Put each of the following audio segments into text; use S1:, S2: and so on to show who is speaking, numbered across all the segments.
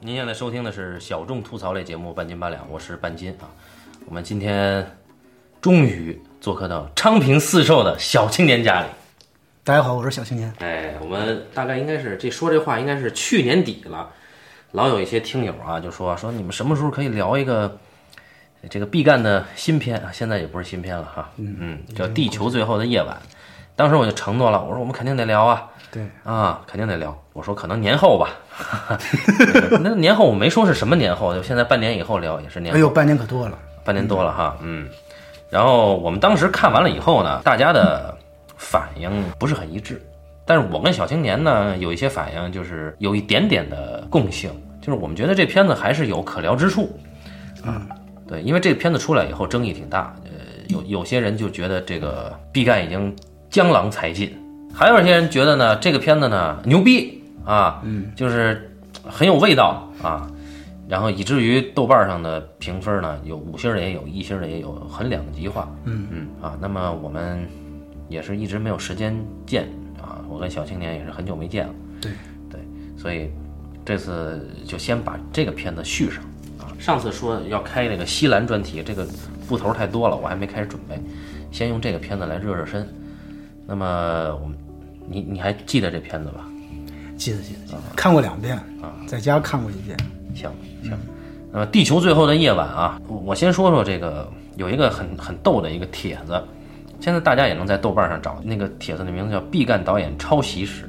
S1: 您现在收听的是小众吐槽类节目《半斤八两》，我是半斤啊。我们今天终于做客到昌平四寿的小青年家里。
S2: 大家好，我是小青年。
S1: 哎，我们大概应该是这说这话应该是去年底了，老有一些听友啊就说说你们什么时候可以聊一个这个毕赣的新片啊？现在也不是新片了哈，嗯，叫《地球最后的夜晚》。当时我就承诺了，我说我们肯定得聊啊，
S2: 对，
S1: 啊，肯定得聊。我说可能年后吧， 那年后我没说是什么年后，就现在半年以后聊也是年
S2: 哎
S1: 后，
S2: 呦，半年可多了。
S1: 半年多了哈，嗯。然后我们当时看完了以后呢，大家的反应不是很一致，但是我跟小青年呢有一些反应就是有一点点的共性，就是我们觉得这片子还是有可聊之处，啊，对，因为这片子出来以后争议挺大，呃，有有些人就觉得这个毕赣已经江郎才尽，还有一些人觉得呢这个片子呢牛逼啊，嗯，就是很有味道啊，然后以至于豆瓣上的评分呢，有五星儿的也有，一星儿的也有，很两极化。嗯嗯啊，那么我们也是一直没有时间见啊，我跟小青年也是很久没见了，
S2: 对
S1: 对，所以这次就先把这个片子续上啊。上次说要开那个西兰专题，这个布头太多了，我还没开始准备，先用这个片子来热热身。那么我们，你你还记得这片子吧？
S2: 记得记得记得，看过两遍，在家看过一遍。
S1: 行行，那么《地球最后的夜晚》啊，我我先说说这个有一个很很逗的一个帖子，现在大家也能在豆瓣上找，那个帖子的名字叫《毕赣导演抄袭史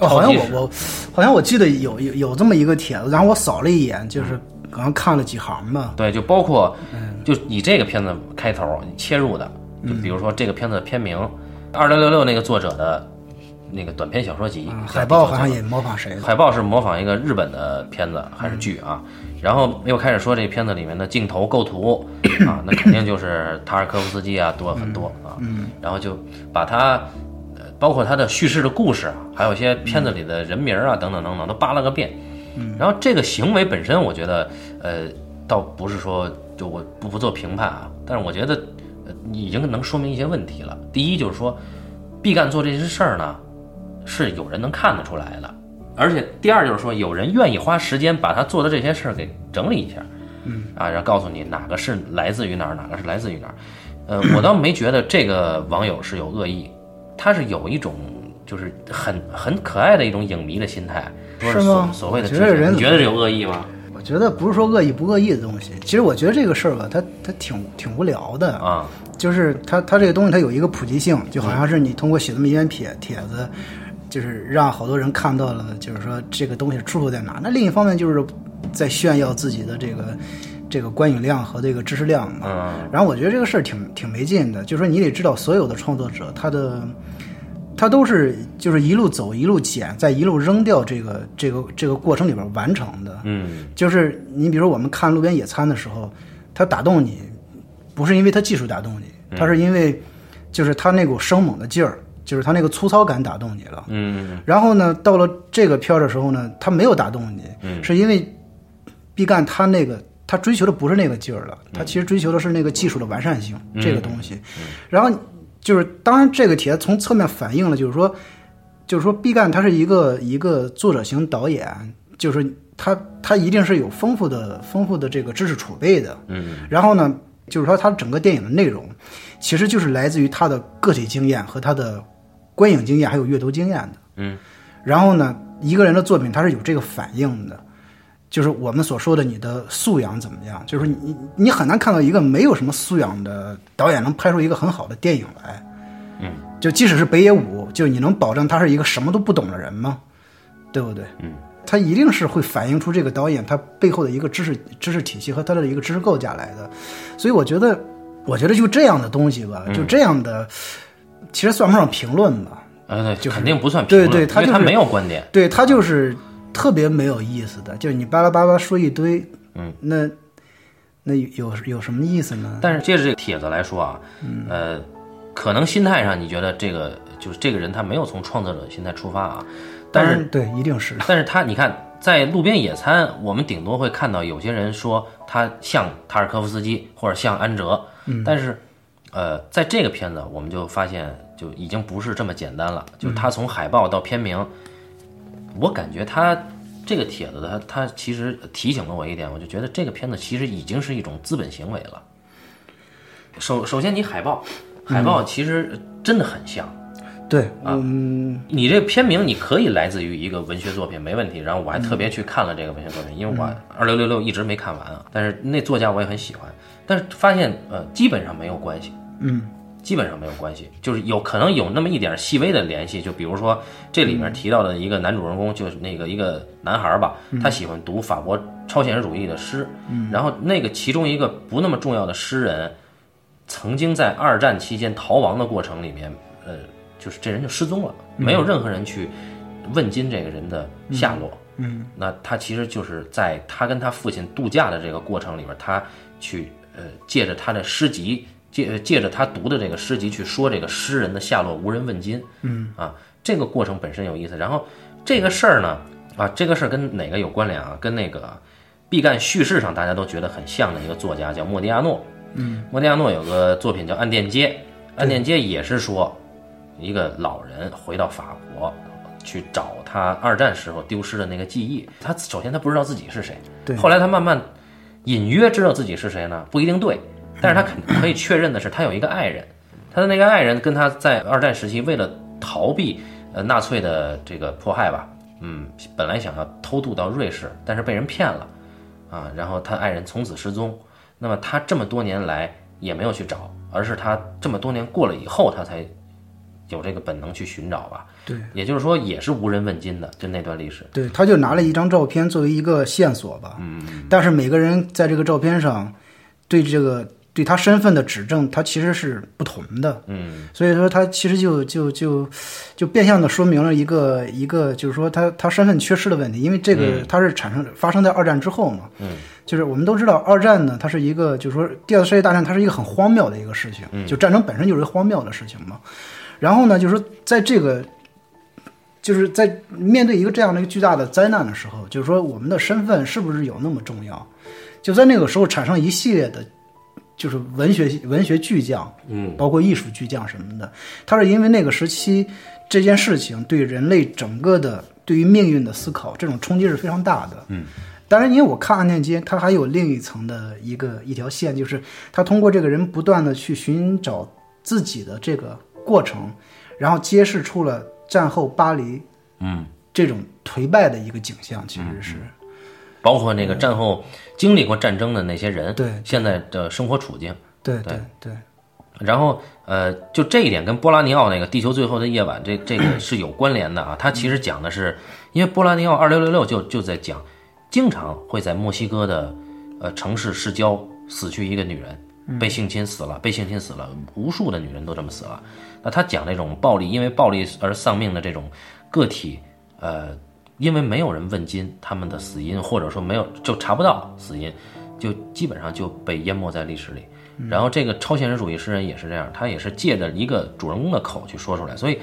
S2: 哦，好
S1: 好
S2: 像
S1: 记事
S2: 我我好像我记得有有有这么一个帖子，然后我扫了一眼，就是好像看了几行吧》，。
S1: 对，就包括
S2: 嗯
S1: 就以这个片子开头切入的，就比如说这个片子的片名，二六六六那个作者的那个短篇小说集，
S2: 嗯，
S1: 叫
S2: 海报
S1: 地球最
S2: 好
S1: 后
S2: 像也模仿谁的？
S1: 海报是模仿一个日本的片子还是剧啊？然后又开始说这片子里面的镜头构图啊，那肯定就是塔尔科夫斯基啊多很多啊。然后就把他，呃包括他的叙事的故事啊，还有一些片子里的人名啊等等等等都扒了个遍。然后这个行为本身，我觉得，呃，倒不是说就我不不做评判啊，但是我觉得，呃，已经能说明一些问题了。第一就是说，毕赣做这些事儿呢，是有人能看得出来的，而且第二就是说，有人愿意花时间把他做的这些事儿给整理一下，嗯，啊，然后告诉你哪个是来自于哪儿，哪个是来自于哪儿。呃，我倒没觉得这个网友是有恶意，他是有一种就是很很可爱的一种影迷的心态，说
S2: 是吗
S1: 所所谓的
S2: 我觉得
S1: 支持
S2: 人
S1: 你觉得有恶意吗？
S2: 我觉得不是说恶意不恶意的东西，其实我觉得这个事儿吧，它它挺挺无聊的。
S1: 啊，
S2: 就是它它这个东西它有一个普及性，就好像是你通过写这么一篇帖帖子，就是让好多人看到了，就是说这个东西出处在哪。那另一方面就是在炫耀自己的这个这个观影量和这个知识量嘛。
S1: 嗯
S2: 然后我觉得这个事儿挺挺没劲的，就是说你得知道所有的创作者他的。他都是就是一路走一路捡，再一路扔掉这个这个这个过程里边完成的。
S1: 嗯
S2: 就是你比如我们看《路边野餐》的时候，它打动你，不是因为它技术打动你，它是因为就是它那股生猛的劲儿，就是它那个粗糙感打动你了。
S1: 嗯
S2: 然后呢，到了这个片儿的时候呢，它没有打动你，是因为毕赣他那个他追求的不是那个劲儿了，
S1: 嗯
S2: 他其实追求的是那个技术的完善性、这个东西。然后就是，当然这个帖从侧面反映了，就是说，就是说毕赣他是一个一个作者型导演，就是他他一定是有丰富的丰富的这个知识储备的。
S1: 嗯，
S2: 然后呢，就是说他整个电影的内容，其实就是来自于他的个体经验和他的观影经验，还有阅读经验的。
S1: 嗯，
S2: 然后呢，一个人的作品他是有这个反应的，就是我们所说的你的素养怎么样，就是你你你很难看到一个没有什么素养的导演能拍出一个很好的电影来。
S1: 嗯，
S2: 就即使是北野武，就你能保证他是一个什么都不懂的人吗？对不对？
S1: 嗯，
S2: 他一定是会反映出这个导演他背后的一个知识知识体系和他的一个知识构架来的，所以我觉得，我觉得就这样的东西吧，
S1: 嗯
S2: 就这样的，其实算不上评论吧，
S1: 呃，对，
S2: 就是
S1: 肯定不算评
S2: 对
S1: 论，
S2: 对
S1: 因
S2: 他
S1: 为
S2: 就是
S1: 他没有观点，
S2: 对他就是特别没有意思的，就是你巴拉巴拉说一堆，嗯，那那有有什么意思呢？
S1: 但是接着这个帖子来说啊，呃，可能心态上你觉得这个就是这个人他没有从创作者心态出发啊，但是
S2: 当然对，一定是
S1: 但是他你看在路边野餐，我们顶多会看到有些人说他像塔尔科夫斯基或者像安哲，但是呃，在这个片子我们就发现就已经不是这么简单了，就是他从海报到片名，我感觉他这个帖子它它其实提醒了我一点，我就觉得这个片子其实已经是一种资本行为了。首首先，你海报，海报其实真的很像。
S2: 对，
S1: 啊
S2: 嗯，
S1: 你这片名你可以来自于一个文学作品，没问题。然后我还特别去看了这个文学作品，因为我二六六六一直没看完啊，但是那作家我也很喜欢。但是发现呃，基本上没有关系，
S2: 嗯，
S1: 基本上没有关系，就是有可能有那么一点细微的联系。就比如说这里面提到的一个男主人公，就是那个一个男孩吧，他喜欢读法国超现实主义的诗，然后那个其中一个不那么重要的诗人，曾经在二战期间逃亡的过程里面，呃，就是这人就失踪了，没有任何人去问津这个人的下落。
S2: 嗯，
S1: 那他其实就是在他跟他父亲度假的这个过程里边，他去呃借着他的诗集，借呃借着他读的这个诗集去说这个诗人的下落无人问津。嗯啊，这个过程本身有意思。然后这个事儿呢，啊，这个事儿跟哪个有关联啊？跟那个毕赣叙事上大家都觉得很像的一个作家叫莫迪亚诺。嗯，莫迪亚诺有个作品叫《暗电街》，《暗电街》也是说一个老人回到法国去找他二战时候丢失的那个记忆。他首先他不知道自己是谁，
S2: 对
S1: 后来他慢慢隐约知道自己是谁呢，不一定对，但是他肯可以确认的是，他有一个爱人，他的那个爱人跟他在二战时期为了逃避呃纳粹的这个迫害吧，嗯，本来想要偷渡到瑞士，但是被人骗了，啊，然后他爱人从此失踪。那么他这么多年来也没有去找，而是他这么多年过了以后，他才有这个本能去寻找吧。
S2: 对，
S1: 也就是说，也是无人问津的，就那段历史。
S2: 对，他就拿了一张照片作为一个线索吧。嗯，但是每个人在这个照片上对这个对他身份的指证，他其实是不同的。
S1: 嗯，
S2: 所以说他其实就就就就变相的说明了一个一个，就是说他他身份缺失的问题，因为这个它是产生发生在二战之后嘛。嗯，就是我们都知道二战呢，它是一个就是说第二次世界大战，它是一个很荒谬的一个事情，就战争本身就是一个荒谬的事情嘛。然后呢，就是说在这个就是在面对一个这样的一个巨大的灾难的时候，就是说我们的身份是不是有那么重要？就在那个时候产生一系列的，就是文学文学巨匠，嗯，包括艺术巨匠什么的，他是因为那个时期这件事情对人类整个的对于命运的思考，这种冲击是非常大的，嗯。当然，因为我看《暗恋街》，它还有另一层的一个一条线，就是他通过这个人不断的去寻找自己的这个过程，然后揭示出了战后巴黎
S1: 嗯，
S2: 这种颓败的一个景象，其实是、
S1: 包括那个战后经历过战争的那些人，
S2: 对
S1: 现在的生活处境。
S2: 对对对
S1: 然后，呃，就这一点跟波拉尼奥那个《地球最后的夜晚》这这个 是有关联的啊。它其实讲的是，因为波拉尼奥二六六六就就在讲，经常会在墨西哥的呃城市市郊死去一个女人，被性侵死了，被性侵死了，无数的女人都这么死了。那他讲这种暴力，因为暴力而丧命的这种个体，呃，因为没有人问津他们的死因，或者说没有就查不到死因，就基本上就被淹没在历史里。然后这个超现实主义诗人也是这样，他也是借着一个主人公的口去说出来，所以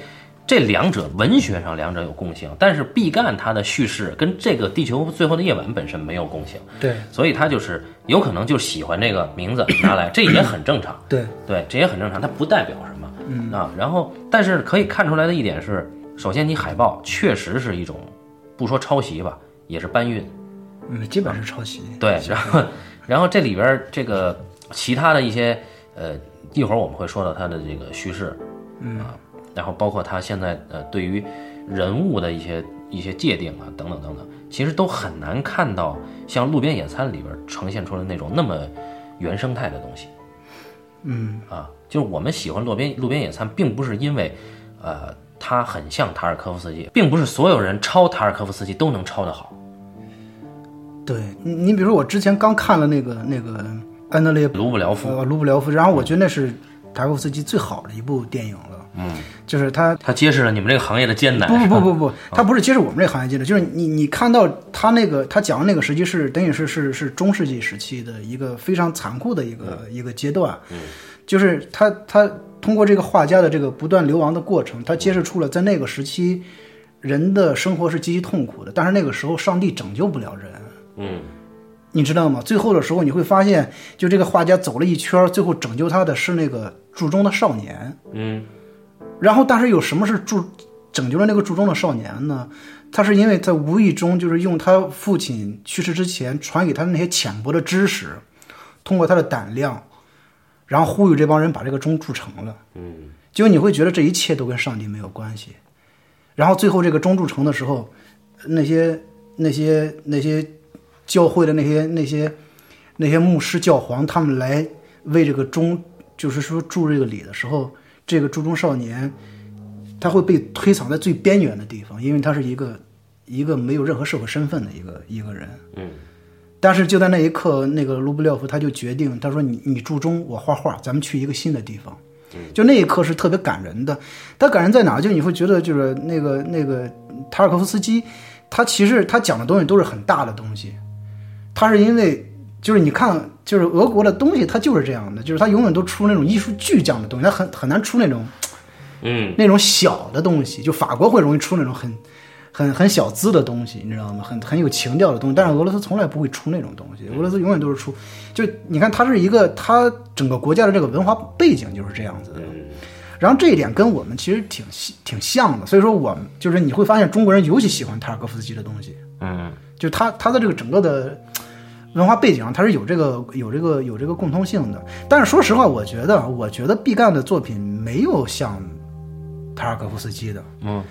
S1: 这两者文学上两者有共性，但是毕赣他的叙事跟这个《地球最后的夜晚》本身没有共性，
S2: 对
S1: 所以他就是有可能就喜欢这个名字拿来，这也很正常。
S2: 对
S1: 对，这也很正常，它不代表什么。嗯啊，然后但是可以看出来的一点是，首先你海报确实是一种，不说抄袭吧，也是搬运。
S2: 嗯，基本是抄袭。
S1: 对，然后然后这里边儿这个其他的一些呃，一会儿我们会说到它的这个叙事，嗯啊，然后包括它现在呃对于人物的一些一些界定啊等等等等，其实都很难看到像《路边野餐》里边儿呈现出来那种那么原生态的东西。嗯啊，就是我们喜欢路边路边野餐，并不是因为呃它很像塔尔科夫斯基，并不是所有人抄塔尔科夫斯基都能抄得好。
S2: 对你，你比如说我之前刚看了那个那个安德烈
S1: 卢布廖夫
S2: 呃卢布廖夫，然后我觉得那是塔科夫斯基最好的一部电影了。嗯，就是他
S1: 他揭示了你们这个行业的艰难。
S2: 不
S1: 是
S2: 不
S1: 吧
S2: 不不不，他不是接触我们这行业界的，就是你你看到他那个他讲的那个时期是等于是是是中世纪时期的一个非常残酷的一个、一个阶段，就是他他通过这个画家的这个不断流亡的过程，他揭示出了在那个时期人的生活是极其痛苦的，但是那个时候上帝拯救不了人，
S1: 嗯，
S2: 你知道吗？最后的时候你会发现，就这个画家走了一圈，最后拯救他的是那个铸钟的少年。
S1: 嗯
S2: 然后，但是有什么是铸拯救了那个筑中的少年呢？他是因为在无意中就是用他父亲去世之前传给他的那些浅薄的知识，通过他的胆量，然后呼吁这帮人把这个钟铸成了。
S1: 嗯，
S2: 结果你会觉得这一切都跟上帝没有关系。然后最后这个钟铸成的时候，那些那些那些教会的那些那些那些牧师教皇他们来为这个钟，就是说铸这个礼的时候，这个铸钟少年他会被推搡在最边缘的地方，因为他是一个一个没有任何社会身份的一个一个人。
S1: 嗯。
S2: 但是就在那一刻，那个卢布廖夫他就决定，他说你：“你铸钟，我画画，咱们去一个新的地方。”就那一刻是特别感人的。他感人在哪？就你会觉得，就是那个那个塔尔科夫斯基，他其实他讲的东西都是很大的东西。他是因为就是你看，就是俄国的东西，它就是这样的，就是他永远都出那种艺术巨匠的东西，他很很难出那种
S1: 嗯
S2: 那种小的东西。就法国会容易出那种很很很小资的东西，你知道吗？很很有情调的东西。但是俄罗斯从来不会出那种东西，俄罗斯永远都是出。就你看，它是一个它整个国家的这个文化背景就是这样子的。然后这一点跟我们其实挺挺像的，所以说我们就是你会发现中国人尤其喜欢塔尔科夫斯基的东西，
S1: 嗯
S2: 就他他的这个整个的文化背景上，他是有这个有这个有这个共通性的。但是说实话，我觉得我觉得毕赣的作品没有像塔尔科夫斯基的。
S1: 嗯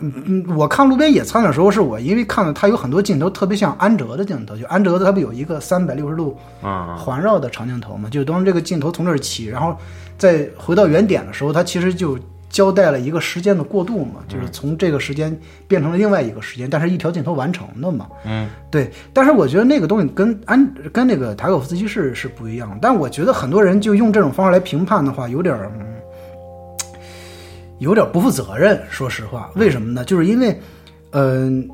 S2: 嗯，我看《路边野餐》的时候，是我因为看了他有很多镜头特别像安哲的镜头，就安哲他不有一个三百六十度
S1: 嗯
S2: 环绕的长镜头嘛，就是当这个镜头从这儿起，然后再回到原点的时候，它其实就交代了一个时间的过渡嘛，就是从这个时间变成了另外一个时间，但是一条镜头完成的嘛。
S1: 嗯，
S2: 对。但是我觉得那个东西跟安跟那个塔可夫斯基是是不一样的，但我觉得很多人就用这种方式来评判的话，有点儿。嗯有点儿不负责任，说实话，为什么呢？就是因为，嗯、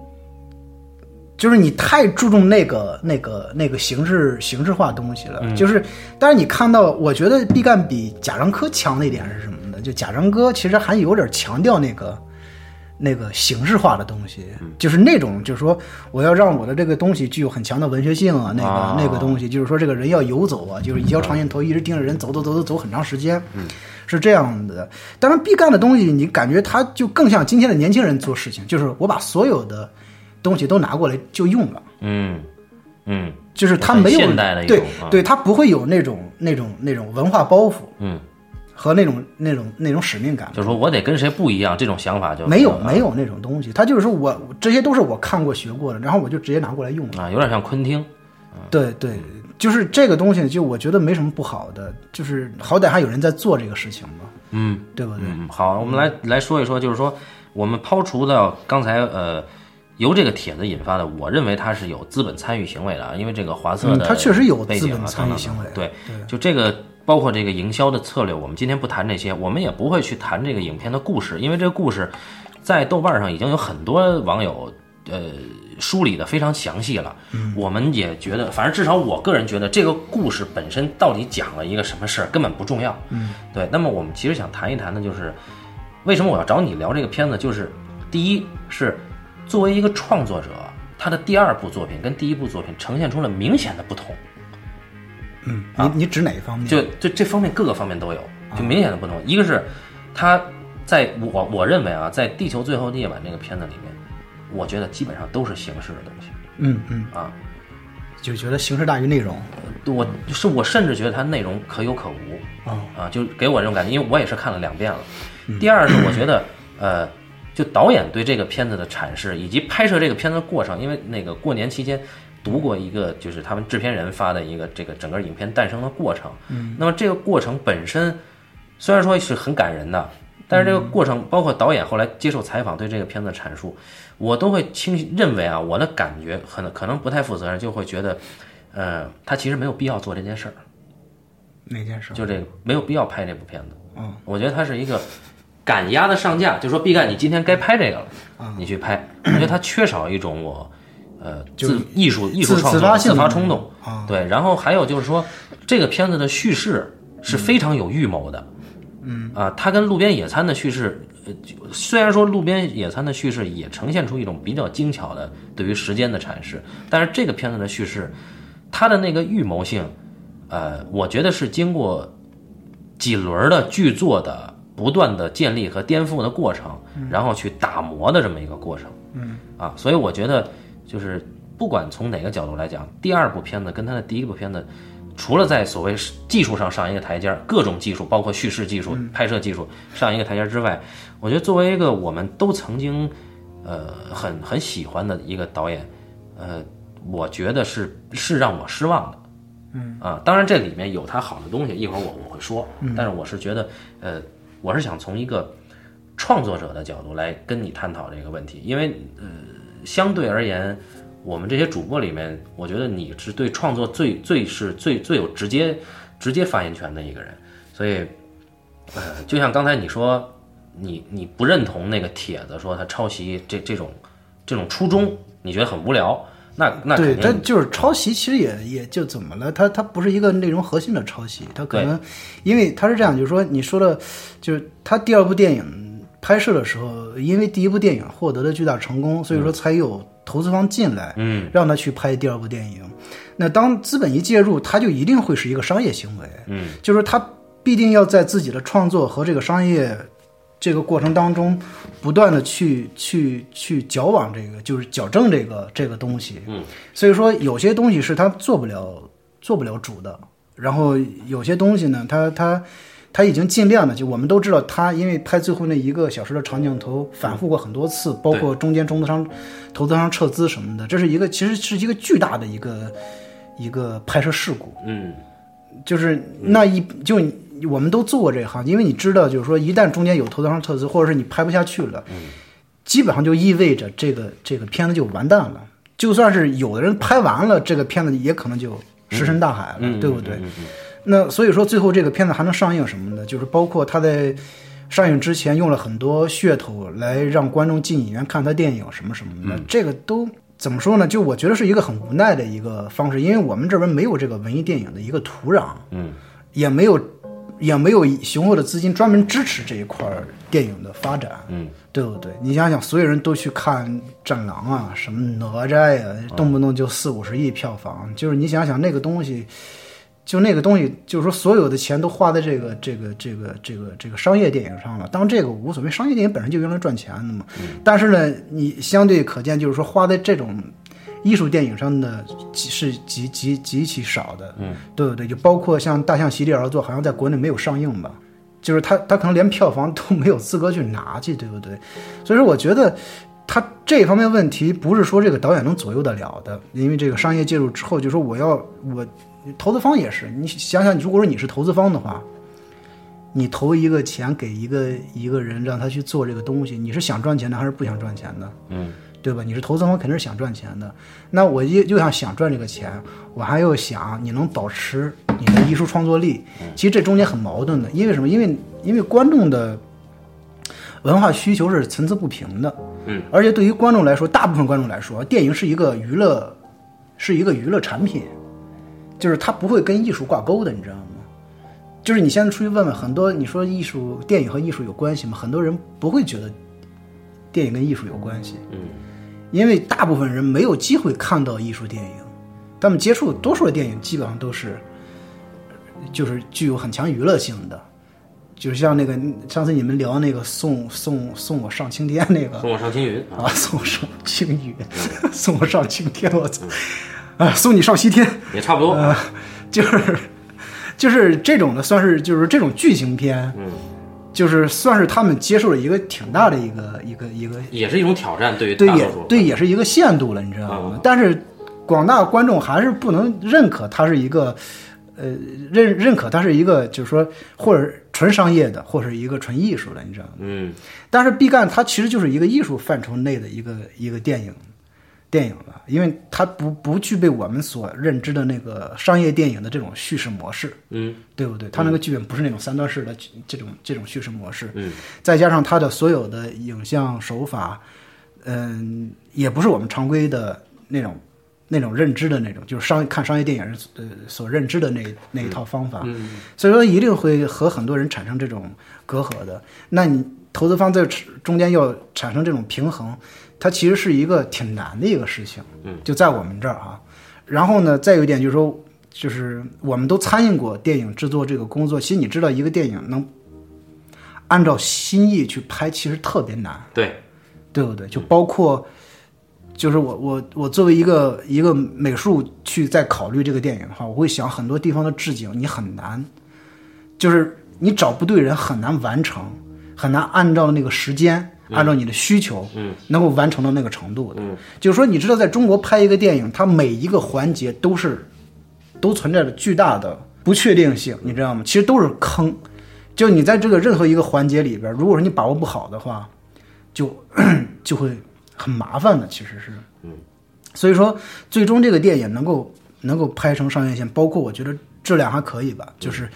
S2: 就是你太注重那个、那个、那个形式形式化东西了。就是，但是你看到，我觉得毕赣比贾樟柯强的一点是什么呢？就贾樟柯其实还有点强调那个那个形式化的东西，
S1: 嗯
S2: 就是那种就是说我要让我的这个东西具有很强的文学性啊，那个、
S1: 啊
S2: 那个东西，就是说这个人要游走啊，就是一条长线头一直盯着人走走走走走很长时间，
S1: 嗯
S2: 是这样的。当然，毕赣的东西你感觉他就更像今天的年轻人做事情，就是我把所有的。东西都拿过来就用了，
S1: 嗯嗯
S2: 就是他没有
S1: 很现代的一种
S2: 对
S1: 啊
S2: 对，他不会有那种那种那种文化包袱
S1: 嗯，
S2: 和那种那种那种使命感，
S1: 就是说我得跟谁不一样，这种想法就
S2: 没有没
S1: 啊
S2: 有那种东西。他就是说我这些都是我看过学过的，然后我就直接拿过来用了。
S1: 啊，有点像昆汀，
S2: 对对，就是这个东西，就我觉得没什么不好的，就是好歹还有人在做这个事情嘛，
S1: 嗯。
S2: 对不对？
S1: 嗯，好，我们来来说一说，就是说我们抛除掉刚才呃由这个帖子引发的，我认为它是有资本参与行为的啊，因为这个华策
S2: 嗯
S1: 的、
S2: 它确实有
S1: 背
S2: 资
S1: 景
S2: 本
S1: 啊
S2: 参
S1: 等
S2: 与
S1: 等
S2: 行为
S1: 对，就这个包括这个营销的策略，我们今天不谈这些，我们也不会去谈这个影片的故事，因为这个故事在豆瓣上已经有很多网友呃梳理的非常详细了。
S2: 嗯
S1: 我们也觉得，反正至少我个人觉得，这个故事本身到底讲了一个什么事儿根本不重要。嗯，对。那么我们其实想谈一谈的就是，为什么我要找你聊这个片子？就是第一是作为一个创作者，他的第二部作品跟第一部作品呈现出了明显的不同。
S2: 嗯，你你指哪一方面？
S1: 啊就就这方面各个方面都有，就明显的不同。一个是他在我我认为啊，在《地球最后的夜晚》这个片子里面，我觉得基本上都是形式的东西
S2: 嗯嗯，
S1: 啊。
S2: 就觉得形式大于内容
S1: 我是我甚至觉得它内容可有可无
S2: 啊、
S1: 啊，就给我这种感觉，因为我也是看了两遍了。第二是我觉得呃，就导演对这个片子的阐释以及拍摄这个片子的过程，因为那个过年期间。读过一个，就是他们制片人发的一个这个整个影片诞生的过程。嗯，那么这个过程本身，虽然说是很感人的，但是这个过程，包括导演后来接受采访对这个片子的阐述，我都会倾认为啊，我的感觉可能可能不太负责任，就会觉得，呃，他其实没有必要做这件事儿，
S2: 哪件事？
S1: 就这个没有必要拍这部片子。
S2: 嗯，
S1: 我觉得他是一个赶鸭子上架，就说毕赣，你今天该拍这个了，
S2: 啊
S1: 你去拍。我觉得他缺少一种我，呃，自艺术艺术
S2: 自
S1: 创
S2: 自
S1: 作
S2: 发性
S1: 自发
S2: 的
S1: 冲动。
S2: 啊，
S1: 对，然后还有就是说，这个片子的叙事是非常有预谋的。嗯啊，它跟《路边野餐》的叙事，呃，就虽然说《路边野餐》的叙事也呈现出一种比较精巧的对于时间的阐释，但是这个片子的叙事，它的那个预谋性，呃，我觉得是经过几轮儿的剧作的不断的建立和颠覆的过程，然后去打磨的这么一个过程。
S2: 嗯，
S1: 啊，所以我觉得就是不管从哪个角度来讲，第二部片子跟它的第一部片子，除了在所谓技术上上一个台阶儿，各种技术，包括叙事技术、拍摄技术上一个台阶儿之外，我觉得作为一个我们都曾经呃很很喜欢的一个导演，呃，我觉得是是让我失望的。
S2: 嗯
S1: 啊，当然这里面有它好的东西，一会儿我我会说，但是我是觉得，呃，我是想从一个创作者的角度来跟你探讨这个问题，因为呃，相对而言，我们这些主播里面，我觉得你是对创作最最是最最有直接直接发言权的一个人，所以，呃，就像刚才你说，你你不认同那个帖子说他抄袭这这种这种初衷，你觉得很无聊，那那肯
S2: 对，
S1: 定
S2: 但就是抄袭，其实也也就怎么了？它它不是一个内容核心的抄袭，它可能因为它是这样，就是说你说的，就是他第二部电影拍摄的时候，因为第一部电影获得了巨大成功，所以
S1: 嗯
S2: 说才有投资方进来，嗯，让他去拍第二部电影。那当资本一介入，他就一定会是一个商业行为，嗯，就是他必定要在自己的创作和这个商业这个过程当中，不断的去去去矫枉这个，就是矫正这个这个东西。嗯，所以说有些东西是他做不了做不了主的，然后有些东西呢，他他他已经尽量的，就我们都知道他因为拍最后那一个小时的长镜头反复过很多次，包括中间中资商投资商撤资什么的，这是一个其实是一个巨大的一个一个拍摄事故。
S1: 嗯
S2: 就是那一就你我们都做过这一行，因为你知道，就是说一旦中间有投资商撤资，或者是你拍不下去了，
S1: 嗯
S2: 基本上就意味着这个这个片子就完蛋了。就算是有的人拍完了，这个片子也可能就石沉大海了，
S1: 嗯，
S2: 对不对？
S1: 嗯嗯嗯
S2: 那所以说，最后这个片子还能上映什么的，就是包括他在上映之前用了很多噱头来让观众进影院看他电影什么什么的，这个都怎么说呢？就我觉得是一个很无奈的一个方式，因为我们这边没有这个文艺电影的一个土壤，
S1: 嗯，
S2: 也没有也没有雄厚的资金专门支持这一块儿电影的发展，
S1: 嗯，
S2: 对不对？你想想，所有人都去看《战狼》啊，什么哪吒呀、动不动就四五十亿票房，就是你想想那个东西。就那个东西，就是说所有的钱都花在这个这个这个这个这个商业电影上了。当然这个无所谓，商业电影本身就用来赚钱的嘛。但是呢，你相对可见，就是说花在这种艺术电影上的是极极极其少的，嗯，对不对？就包括像《大象席地而坐》，好像在国内没有上映吧？就是他他可能连票房都没有资格去拿去，对不对？所以说，我觉得他这方面问题不是说这个导演能左右得了的，因为这个商业介入之后，就说我要我投资方也是，你想想，如果说你是投资方的话，你投一个钱给一个一个人让他去做这个东西，你是想赚钱的还是不想赚钱的？
S1: 嗯，
S2: 对吧？你是投资方，肯定是想赚钱的。那我又又想想赚这个钱，我还又想你能保持你的艺术创作力。其实这中间很矛盾的，因为什么？因为因为观众的文化需求是参差不平的。
S1: 嗯，
S2: 而且对于观众来说，大部分观众来说，电影是一个娱乐，是一个娱乐产品，就是它不会跟艺术挂钩的，你知道吗？就是你现在出去问问很多，你说艺术电影和艺术有关系吗？很多人不会觉得电影跟艺术有关系。
S1: 嗯，
S2: 因为大部分人没有机会看到艺术电影，他们接触多数的电影基本上都是，就是具有很强娱乐性的。就是像那个上次你们聊那个送送送我上青天那个，
S1: 送我上青云啊。
S2: 啊，送我上青云， 送我上青天，我操！啊，送你上西天，
S1: 也差不多。
S2: 呃，就是就是这种的，算是就是这种剧情片，
S1: 嗯，
S2: 就是算是他们接受了一个挺大的一个一个一个，
S1: 也是一种挑战，对于
S2: 对
S1: 大
S2: 也
S1: 多数。嗯
S2: 对也是一个限度了，你知道吗？但是广大观众还是不能认可它是一个。呃，认认可它是一个，就是说，或者纯商业的，或者是一个纯艺术的，你知道吗？
S1: 嗯
S2: 但是毕赣他其实就是一个艺术范畴内的一个一个电影电影了，因为他不不具备我们所认知的那个商业电影的这种叙事模式，
S1: 嗯
S2: 对不对？他那个剧本不是那种三段式的这种这种叙事模式，
S1: 嗯，
S2: 再加上他的所有的影像手法，嗯，也不是我们常规的那种那种认知的那种，就是商看商业电影人呃所认知的那那一套方法，所以说一定会和很多人产生这种隔阂的。那你投资方在中间要产生这种平衡，它其实是一个挺难的一个事情，嗯，就在我们这儿啊。然后呢，再有一点就是说，就是我们都参与过电影制作这个工作，其实你知道，一个电影能按照心意去拍，其实特别难，
S1: 对，
S2: 对不对？就包括，就是我我我作为一个一个美术去在考虑这个电影的话，我会想很多地方的置景你很难，就是你找不对人很难完成，很难按照那个时间，按照你的需求，嗯，能够完成到那个程度的。就是说，你知道，在中国拍一个电影，它每一个环节都是都存在着巨大的不确定性，你知道吗？其实都是坑。就你在这个任何一个环节里边，如果说你把握不好的话，就就会很麻烦的。其实是，嗯，所以说最终这个电影能够能够拍成上院线，包括我觉得质量还可以吧，就是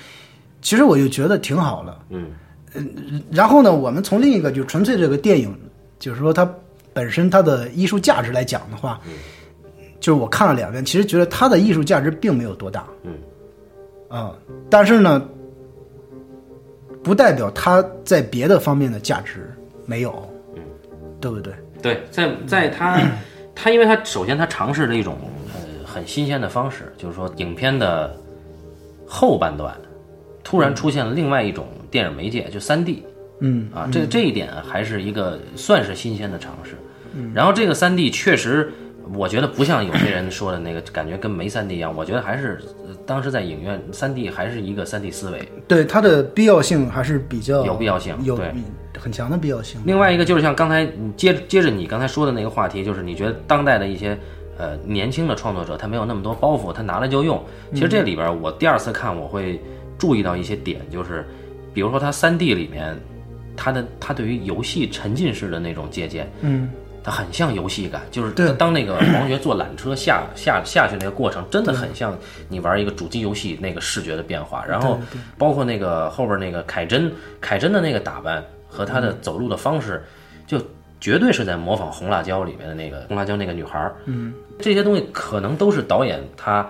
S2: 其实我就觉得挺好了。
S1: 嗯
S2: 然后呢，我们从另一个就纯粹这个电影，就是说它本身它的艺术价值来讲的话，就是我看了两遍，其实觉得它的艺术价值并没有多大，
S1: 嗯
S2: 啊、但是呢，不代表它在别的方面的价值没有，对不对？
S1: 对，在在他他，因为他首先他尝试了一种呃很新鲜的方式，就是说影片的后半段突然出现了另外一种电影媒介，就三 D
S2: 嗯，
S1: 啊，这这一点还是一个算是新鲜的尝试。
S2: 嗯
S1: 然后这个三 D 确实，我觉得不像有些人说的那个感觉跟没三 D 一样，我觉得还是呃当时在影院三 D 还是一个三 D 思维，
S2: 对，它的必要性还是比较
S1: 有必要性
S2: 有
S1: 对
S2: 很强的必要性。
S1: 另外一个就是像刚才你接接着你刚才说的那个话题，就是你觉得当代的一些呃年轻的创作者，他没有那么多包袱，他拿来就用。其实这里边我第二次看，我会注意到一些点，就是比如说他三 D 里面，他的他对于游戏沉浸式的那种借鉴，
S2: 嗯，
S1: 它很像游戏感，就是
S2: 对
S1: 当那个黄觉坐缆车下下下去那个过程，真的很像你玩一个主机游戏那个视觉的变化。然后包括那个后边那个凯真，凯真的那个打扮和她的走路的方式，就绝对是在模仿《红辣椒》里面的那个红辣椒那个女孩儿。嗯，这些东西可能都是导演他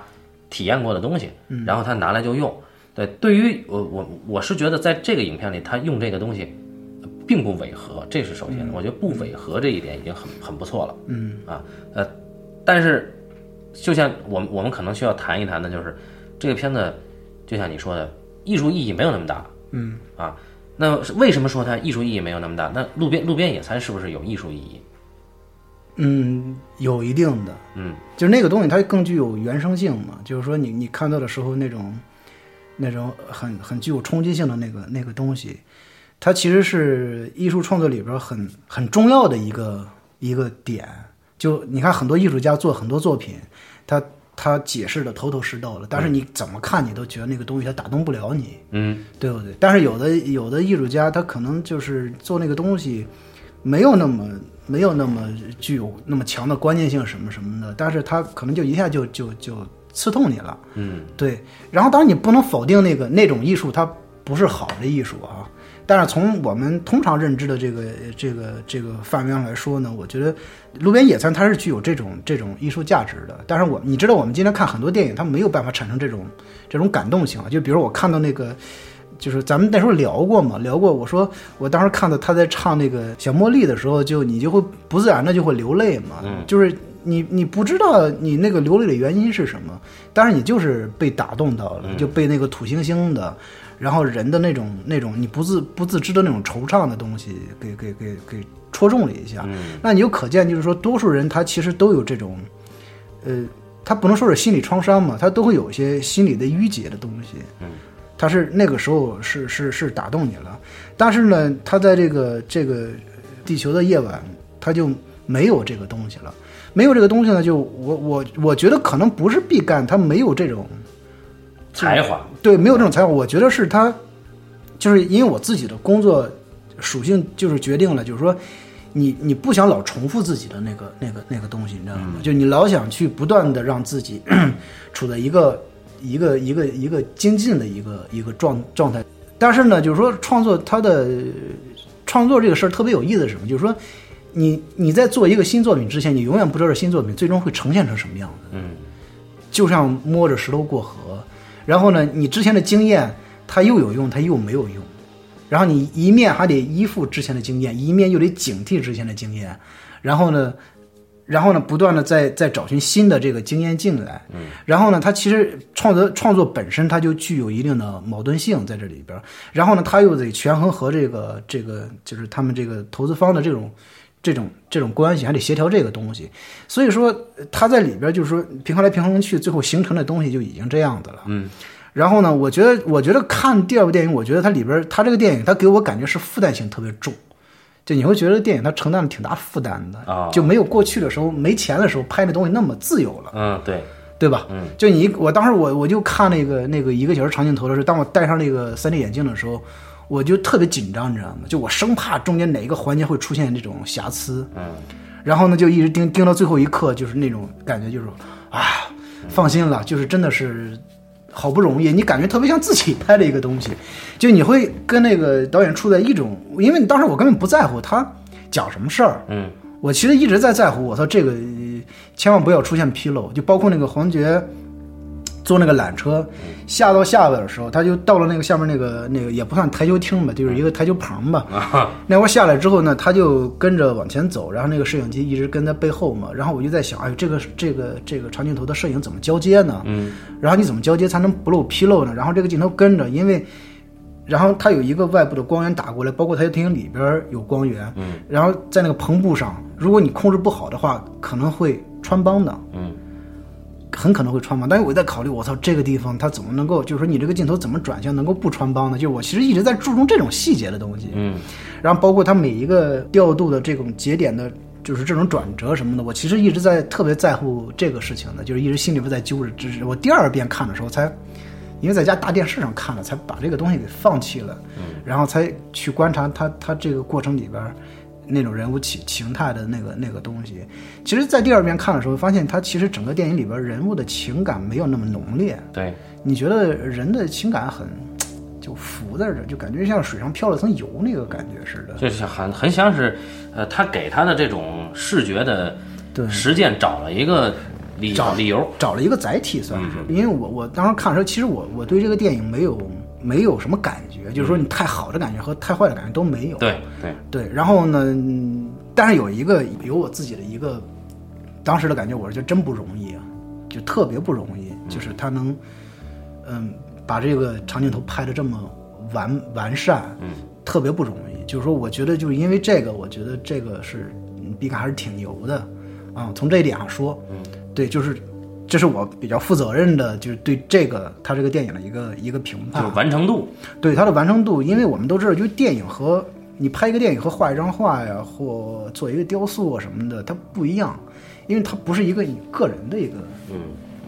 S1: 体验过的东西，然后他拿来就用。对，对于我我我是觉得在这个影片里，他用这个东西并不违和，这是首先的。我觉得不违和这一点已经很很不错了。嗯啊，呃，但是就像我们我们可能需要谈一谈的，就是这个片子，就像你说的，艺术意义没有那么大。嗯啊，那是为什么说它艺术意义没有那么大？那路边路边野餐是不是有艺术意义？
S2: 嗯，有一定的，
S1: 嗯，
S2: 就是那个东西它更具有原生性嘛，就是说你你看到的时候那种，那种很很具有冲击性的那个那个东西，它其实是艺术创作里边很很重要的一个一个点。就你看很多艺术家做很多作品，他他解释的头头是道的，但是你怎么看你都觉得那个东西它打动不了你，
S1: 嗯
S2: 对不对？但是有的有的艺术家，他可能就是做那个东西，没有那么没有那么具有那么强的关键性什么什么的，但是他可能就一下就就就刺痛你了。
S1: 嗯
S2: 对，然后当然你不能否定那个那种艺术，它不是好的艺术啊。但是从我们通常认知的这个这个这个范围上来说呢，我觉得路边野餐它是具有这种这种艺术价值的。但是我你知道，我们今天看很多电影，它没有办法产生这种这种感动性啊。就比如我看到那个，就是咱们那时候聊过嘛，聊过。我说我当时看到他在唱那个小茉莉的时候，就你就会不自然的就会流泪嘛，就是你你不知道你那个流泪的原因是什么，但是你就是被打动到了，就被那个土星星的，然后人的那种那种你不自不自知的那种惆怅的东西给给给给戳中了一下。那你就可见，就是说多数人他其实都有这种，呃，他不能说是心理创伤嘛，他都会有一些心理的淤结的东西。他是那个时候是是是打动你了，但是呢，他在这个这个地球的夜晚，他就没有这个东西了，没有这个东西呢，就我我我觉得可能不是毕赣他没有这种
S1: 才华，
S2: 对，没有这种才华。我觉得是他，就是因为我自己的工作属性就是决定了，就是说你你不想老重复自己的那个那个那个东西，你知道吗？就你老想去不断的让自己 处在一个一个一个一个精进的一个一个状状态。但是呢，就是说创作它的创作这个事儿特别有意思，是什么？就是说你你在做一个新作品之前，你永远不知道这新作品最终会呈现成什么样子。
S1: 嗯
S2: 就像摸着石头过河。然后呢，你之前的经验它又有用，它又没有用。然后你一面还得依附之前的经验，一面又得警惕之前的经验。然后呢，然后呢，不断的在在找寻新的这个经验进来，嗯，然后呢，它其实创作创作本身它就具有一定的矛盾性在这里边儿，然后呢，它又得权衡和这个这个就是他们这个投资方的这种这种这种关系，还得协调这个东西，所以说呃它在里边儿就是说平衡来平衡去，最后形成的东西就已经这样子了，嗯。然后呢，我觉得，我觉得看第二部电影，我觉得它里边儿，它这个电影，它给我感觉是负担性特别重，就你会觉得电影它承担了挺大负担的，
S1: 啊
S2: 就没有过去的时候没钱的时候拍的东西那么自由了，
S1: 嗯，对，
S2: 对吧？嗯，就你我当时我我就看那个那个一个小时长镜头的时候，当我戴上那个3 D 眼镜的时候，我就特别紧张，你知道吗？就我生怕中间哪一个环节会出现这种瑕疵，嗯，然后呢就一直盯盯到最后一刻，就是那种感觉，就是啊，放心了，就是真的是。好不容易，你感觉特别像自己拍的一个东西，就你会跟那个导演处在一种，因为你当时我根本不在乎他讲什么事儿，
S1: 嗯，
S2: 我其实一直在在乎，我操，这个呃千万不要出现纰漏。就包括那个黄觉坐那个缆车下到下边的时候，他就到了那个下面那个那个也不算台球厅吧，就是一个台球棚吧。那会儿下来之后呢，他就跟着往前走，然后那个摄影机一直跟在背后嘛。然后我就在想，哎，这个这个这个长镜头的摄影怎么交接呢？嗯，然后你怎么交接才能不露纰漏呢？然后这个镜头跟着，因为。然后它有一个外部的光源打过来，包括台球厅里边有光源，嗯，然后在那个篷布上，如果你控制不好的话，可能会穿帮的，嗯，很可能会穿帮。但是我在考虑，我操，这个地方它怎么能够，就是说你这个镜头怎么转向能够不穿帮呢？就是我其实一直在注重这种细节的东西，嗯，然后包括它每一个调度的这种节点的。就是这种转折什么的，我其实一直在特别在乎这个事情的，就是一直心里边在揪着。只是我第二遍看的时候才因为在家大电视上看了，才把这个东西给放弃了，然后才去观察他他这个过程里边儿那种人物情情态的那个那个东西。其实，在第二遍看的时候，发现他其实整个电影里边儿人物的情感没有那么浓烈，
S1: 对，
S2: 你觉得人的情感很就浮在这儿，就感觉像水上漂了层油那个感觉似的。
S1: 就是很很像是，呃，他给他的这种视觉的
S2: 对
S1: 实践找了一个理
S2: 找
S1: 理由，
S2: 找了一个载体，算是，因为我我当时看的时候，其实我我对这个电影没有没有什么感觉，就是说你太好的感觉和太坏的感觉都没有。
S1: 对对，
S2: 对，然后呢，嗯但是有一个有我自己的一个当时的感觉，我是觉得真不容易啊，就特别不容易，就是他能，嗯，把这个长镜头拍的这么完完善，嗯，特别不容易。就是说，我觉得就是因为这个，我觉得这个是嗯毕赣还是挺牛的啊、从这一点上说，嗯，对，就是这是我比较负责任的，就是对这个他这个电影的一个一个评
S1: 就
S2: 判
S1: 是。完成度，
S2: 对它的完成度，因为我们都知道，就是电影和你拍一个电影和画一张画呀，或做一个雕塑啊什么的，它不一样，因为它不是一个你个人的一个嗯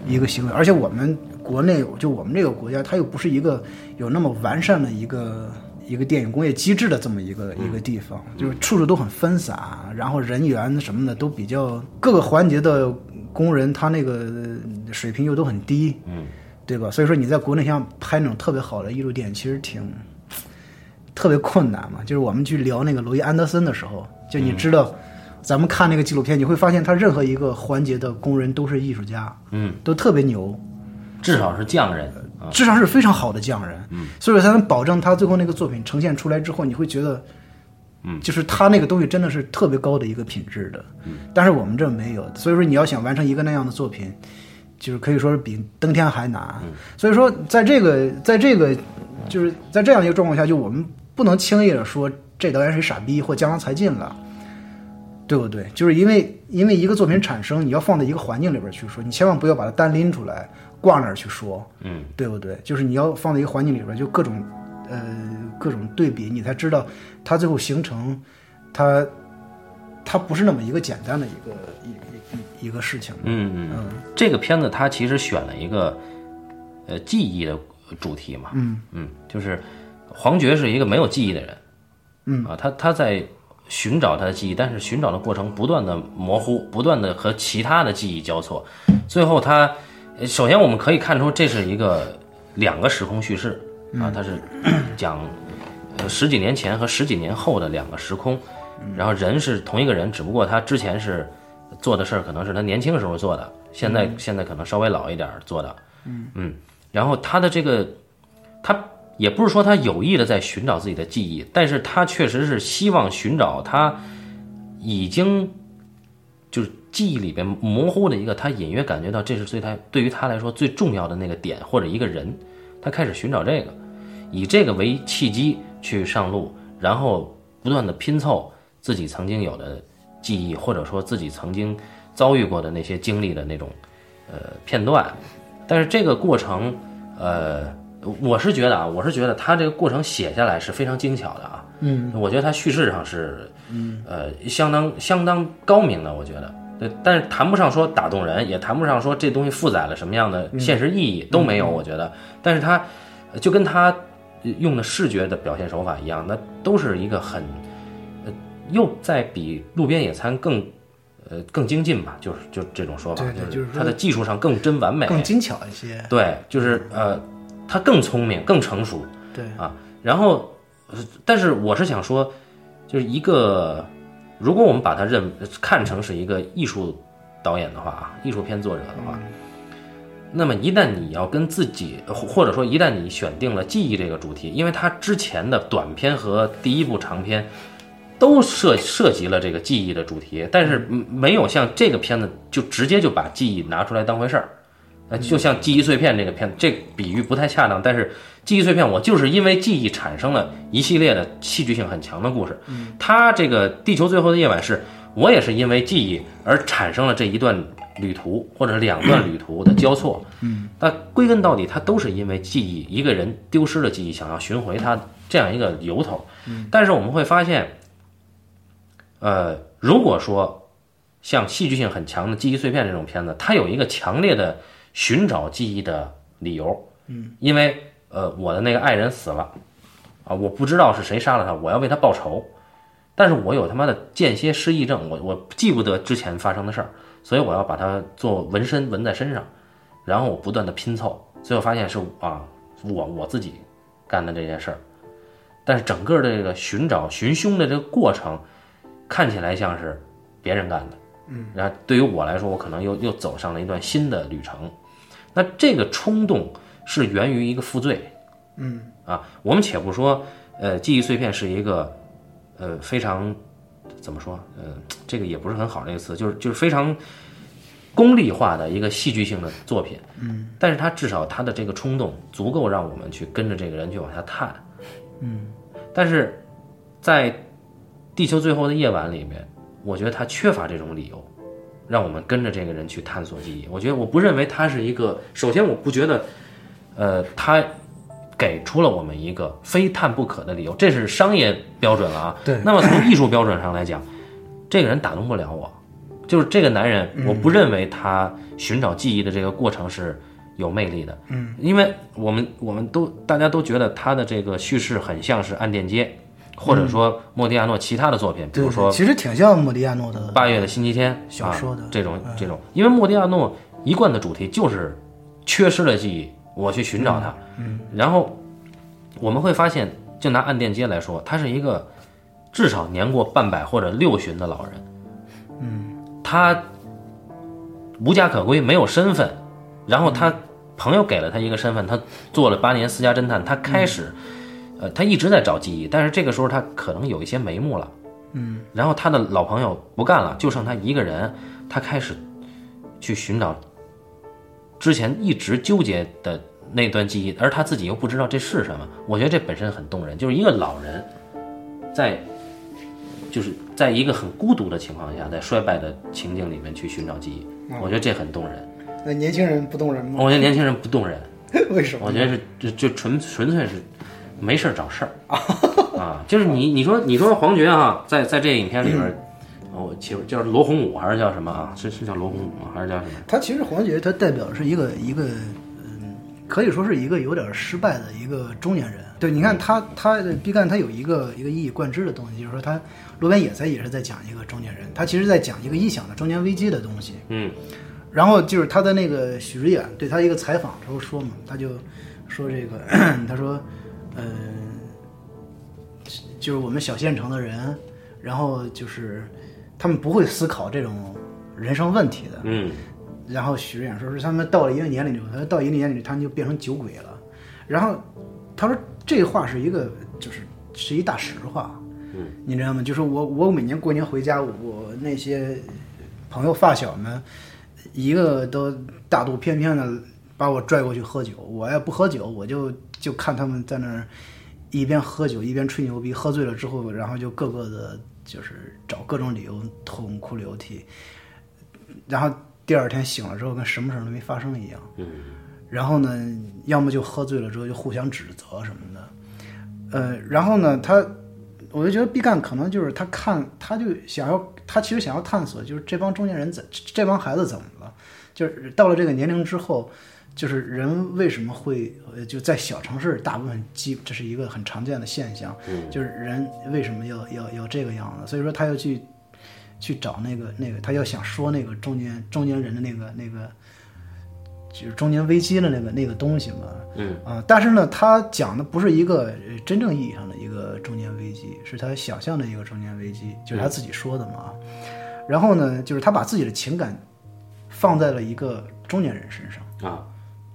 S2: 一个行为，而且我们国内就我们这个国家，它又不是一个有那么完善的一个。一个电影工业机制的这么一个一个地方，就是处处都很分散，然后人员什么的都比较各个环节的工人，他那个水平又都很低，对吧？所以说你在国内想拍那种特别好的艺术电影，其实挺特别困难嘛。就是我们去聊那个罗伊·安德森的时候，就你知道，咱们看那个纪录片，你会发现他任何一个环节的工人都是艺术家，
S1: 嗯，
S2: 都特别牛，
S1: 至少是匠人啊，
S2: 智商是非常好的匠人，嗯，所以说才能保证他最后那个作品呈现出来之后，你会觉得，嗯，就是他那个东西真的是特别高的一个品质的，嗯，但是我们这没有，所以说你要想完成一个那样的作品，就是可以说是比登天还难，所以说在这个在这个就是在这样一个状况下，就我们不能轻易的说这导演是傻逼或江郎才尽了。对不对？就是因为因为一个作品产生，你要放在一个环境里边去说，你千万不要把它单拎出来挂那儿去说，
S1: 嗯，
S2: 对不对？就是你要放在一个环境里边儿，就各种呃各种对比，你才知道它最后形成它它不是那么一个简单的一个一一一个事情。
S1: 嗯嗯，这个片子它其实选了一个呃记忆的主题嘛，嗯就是黄觉是一个没有记忆的人，嗯啊，他他在寻找他的记忆，但是寻找的过程不断的模糊，不断的和其他的记忆交错，最后他呃首先我们可以看出这是一个两个时空叙事啊，它是 讲呃十几年前和十几年后的两个时空，然后人是同一个人，只不过他之前是做的事儿可能是他年轻时候做的，现在、现在可能稍微老一点儿做的，嗯然后他的这个他也不是说他有意的在寻找自己的记忆，但是他确实是希望寻找他已经就是记忆里边模糊的一个，他隐约感觉到这是对他对于他来说最重要的那个点或者一个人，他开始寻找这个，以这个为契机去上路，然后不断的拼凑自己曾经有的记忆，或者说自己曾经遭遇过的那些经历的那种呃片段，但是这个过程，呃，我是觉得啊，我是觉得他这个过程写下来是非常精巧的啊，
S2: 嗯，
S1: 我觉得他叙事上是，呃，相当相当高明的，我觉得。对，但是谈不上说打动人，也谈不上说这东西负载了什么样的现实意义、都没
S2: 嗯
S1: 有，我觉得。但是他呃就跟他呃用的视觉的表现手法一样，那都是一个很，呃，又在比路边野餐更，呃，更精进吧，就是就这种说法，
S2: 对对
S1: 就
S2: 就是是说
S1: 他的技术上更真完美，
S2: 更精巧一些。
S1: 对，就是呃，他更聪明、更成熟，
S2: 对，
S1: 啊，然后，呃但是我是想说，就是一个，如果我们把它认看成是一个艺术导演的话啊，艺术片作者的话，那么一旦你要跟自己，或或者说一旦你选定了记忆这个主题，因为它之前的短片和第一部长片。都涉涉及了这个记忆的主题，但是嗯没有像这个片子就直接就把记忆拿出来当回事儿，呃，就像记忆碎片这个片，这个比喻不太恰当，但是记忆碎片，我就是因为记忆产生了一系列的戏剧性很强的故事。它这个《地球最后的夜晚》是，我也是因为记忆而产生了这一段旅途或者两段旅途的交错。嗯，那归根到底，它都是因为记忆，一个人丢失了记忆，想要寻回它这样一个由头。但是我们会发现，呃，如果说像戏剧性很强的《记忆碎片》这种片子，它有一个强烈的寻找记忆的理由。嗯，因为呃，我的那个爱人死了，啊，我不知道是谁杀了他，我要为他报仇。但是我有他妈的间歇失忆症，我我记不得之前发生的事儿，所以我要把它做纹身纹在身上，然后我不断的拼凑，最后发现是啊，我我自己干的这件事儿。但是整个这个寻找寻凶的这个过程，看起来像是别人干的，嗯，然后对于我来说，我可能又又走上了一段新的旅程。那这个冲动是源于一个负罪，嗯啊，我们且不说，呃，记忆碎片是一个，呃，非常怎么说，呃，这个也不是很好这个词，就是就是非常功利化的一个戏剧性的作品，嗯，但是它至少它的这个冲动足够让我们去跟着这个人去往下探，嗯，但是在《地球最后的夜晚》里面，我觉得它缺乏这种理由。让我们跟着这个人去探索记忆。我觉得我不认为他是一个，首先我不觉得，呃，他给出了我们一个非探不可的理由，这是商业标准了啊。
S2: 对
S1: 那么从艺术标准上来 讲，这个人打动不了我，就是这个男人，我不认为他寻找记忆的这个过程是有魅力的。嗯，因为我们我们都大家都觉得他的这个叙事很像是《暗恋街》，或者说莫迪亚诺其他的作品，比
S2: 对
S1: 如说
S2: 对，其实挺像莫迪亚诺的。
S1: 八月的星期天
S2: 小说的嗯
S1: 啊、这种这种，因为莫迪亚诺一贯的主题就是缺失了记忆，我去寻找它。嗯，然后我们会发现，就拿暗恋街来说，他是一个至少年过半百或者六旬的老人。嗯，他无家可归，没有身份，然后
S2: 嗯
S1: 他朋友给了他一个身份，他做了八年私家侦探，他开
S2: 嗯
S1: 始。呃，他一直在找记忆，但是这个时候他可能有一些眉目了，然后他的老朋友不干了，就剩他一个人，他开始去寻找之前一直纠结的那段记忆，而他自己又不知道这是什么。我觉得这本身很动人，就是一个老人在就是在一个很孤独的情况下，在衰败的情境里面去寻找记忆，我觉得这很动人。
S2: 那年轻人不动人吗？
S1: 我觉得年轻人不动人，
S2: 为什
S1: 我
S2: 么？
S1: 觉得是就就纯纯粹是没事儿找事儿啊，就是你你说你说黄觉啊，在在这影片里边儿，我其实叫罗洪武还是叫什么啊？是是叫罗洪武吗？还是叫什么？
S2: 他其实黄觉他代表是一个一个，嗯，可以说是一个有点失败的一个中年人。对，你看他他毕赣他有一个一个一以贯之的东西，就是说他路边野餐也是在讲一个中年人，他其实在讲一个臆想的中年危机的东西。
S1: 嗯
S2: 然后就是他的那个许知远对他一个采访时候说嘛，他就说这个， 他说，呃，就是我们小县城的人，然后就是他们不会思考这种人生问题的。
S1: 嗯
S2: 然后许知远说是他们到了一定年龄之后，他说到一定年龄他们就变成酒鬼了。然后他说这话是一个就是是一大实话，
S1: 嗯，
S2: 你知道吗？就是我我每年过年回家，我那些朋友发小们，一个都大肚翩翩的把我拽过去喝酒，我也不喝酒，我就就看他们在那儿一边喝酒一边吹牛逼，喝醉了之后，然后就各个的就是找各种理由痛哭流涕，然后第二天醒了之后跟什么事儿都没发生一样。
S1: 嗯，
S2: 然后呢，要么就喝醉了之后就互相指责什么的，呃，然后呢，他，我就觉得毕赣可能就是他看，他就想要，他其实想要探索，就是这帮中年人怎，这帮孩子怎么了？就是到了这个年龄之后，就是人为什么会呃就在小城市，大部分基这是一个很常见的现象，就是人为什么要要要这个样子？所以说他要去去找那个那个，他要想说那个中年中年人的那个那个。就是中年危机的那个那个东西嘛，
S1: 嗯
S2: 啊、但是呢，他讲的不是一个呃真正意义上的一个中年危机，是他想象的一个中年危机，就是他自己说的嘛。然后呢，就是他把自己的情感放在了一个中年人身上，
S1: 啊，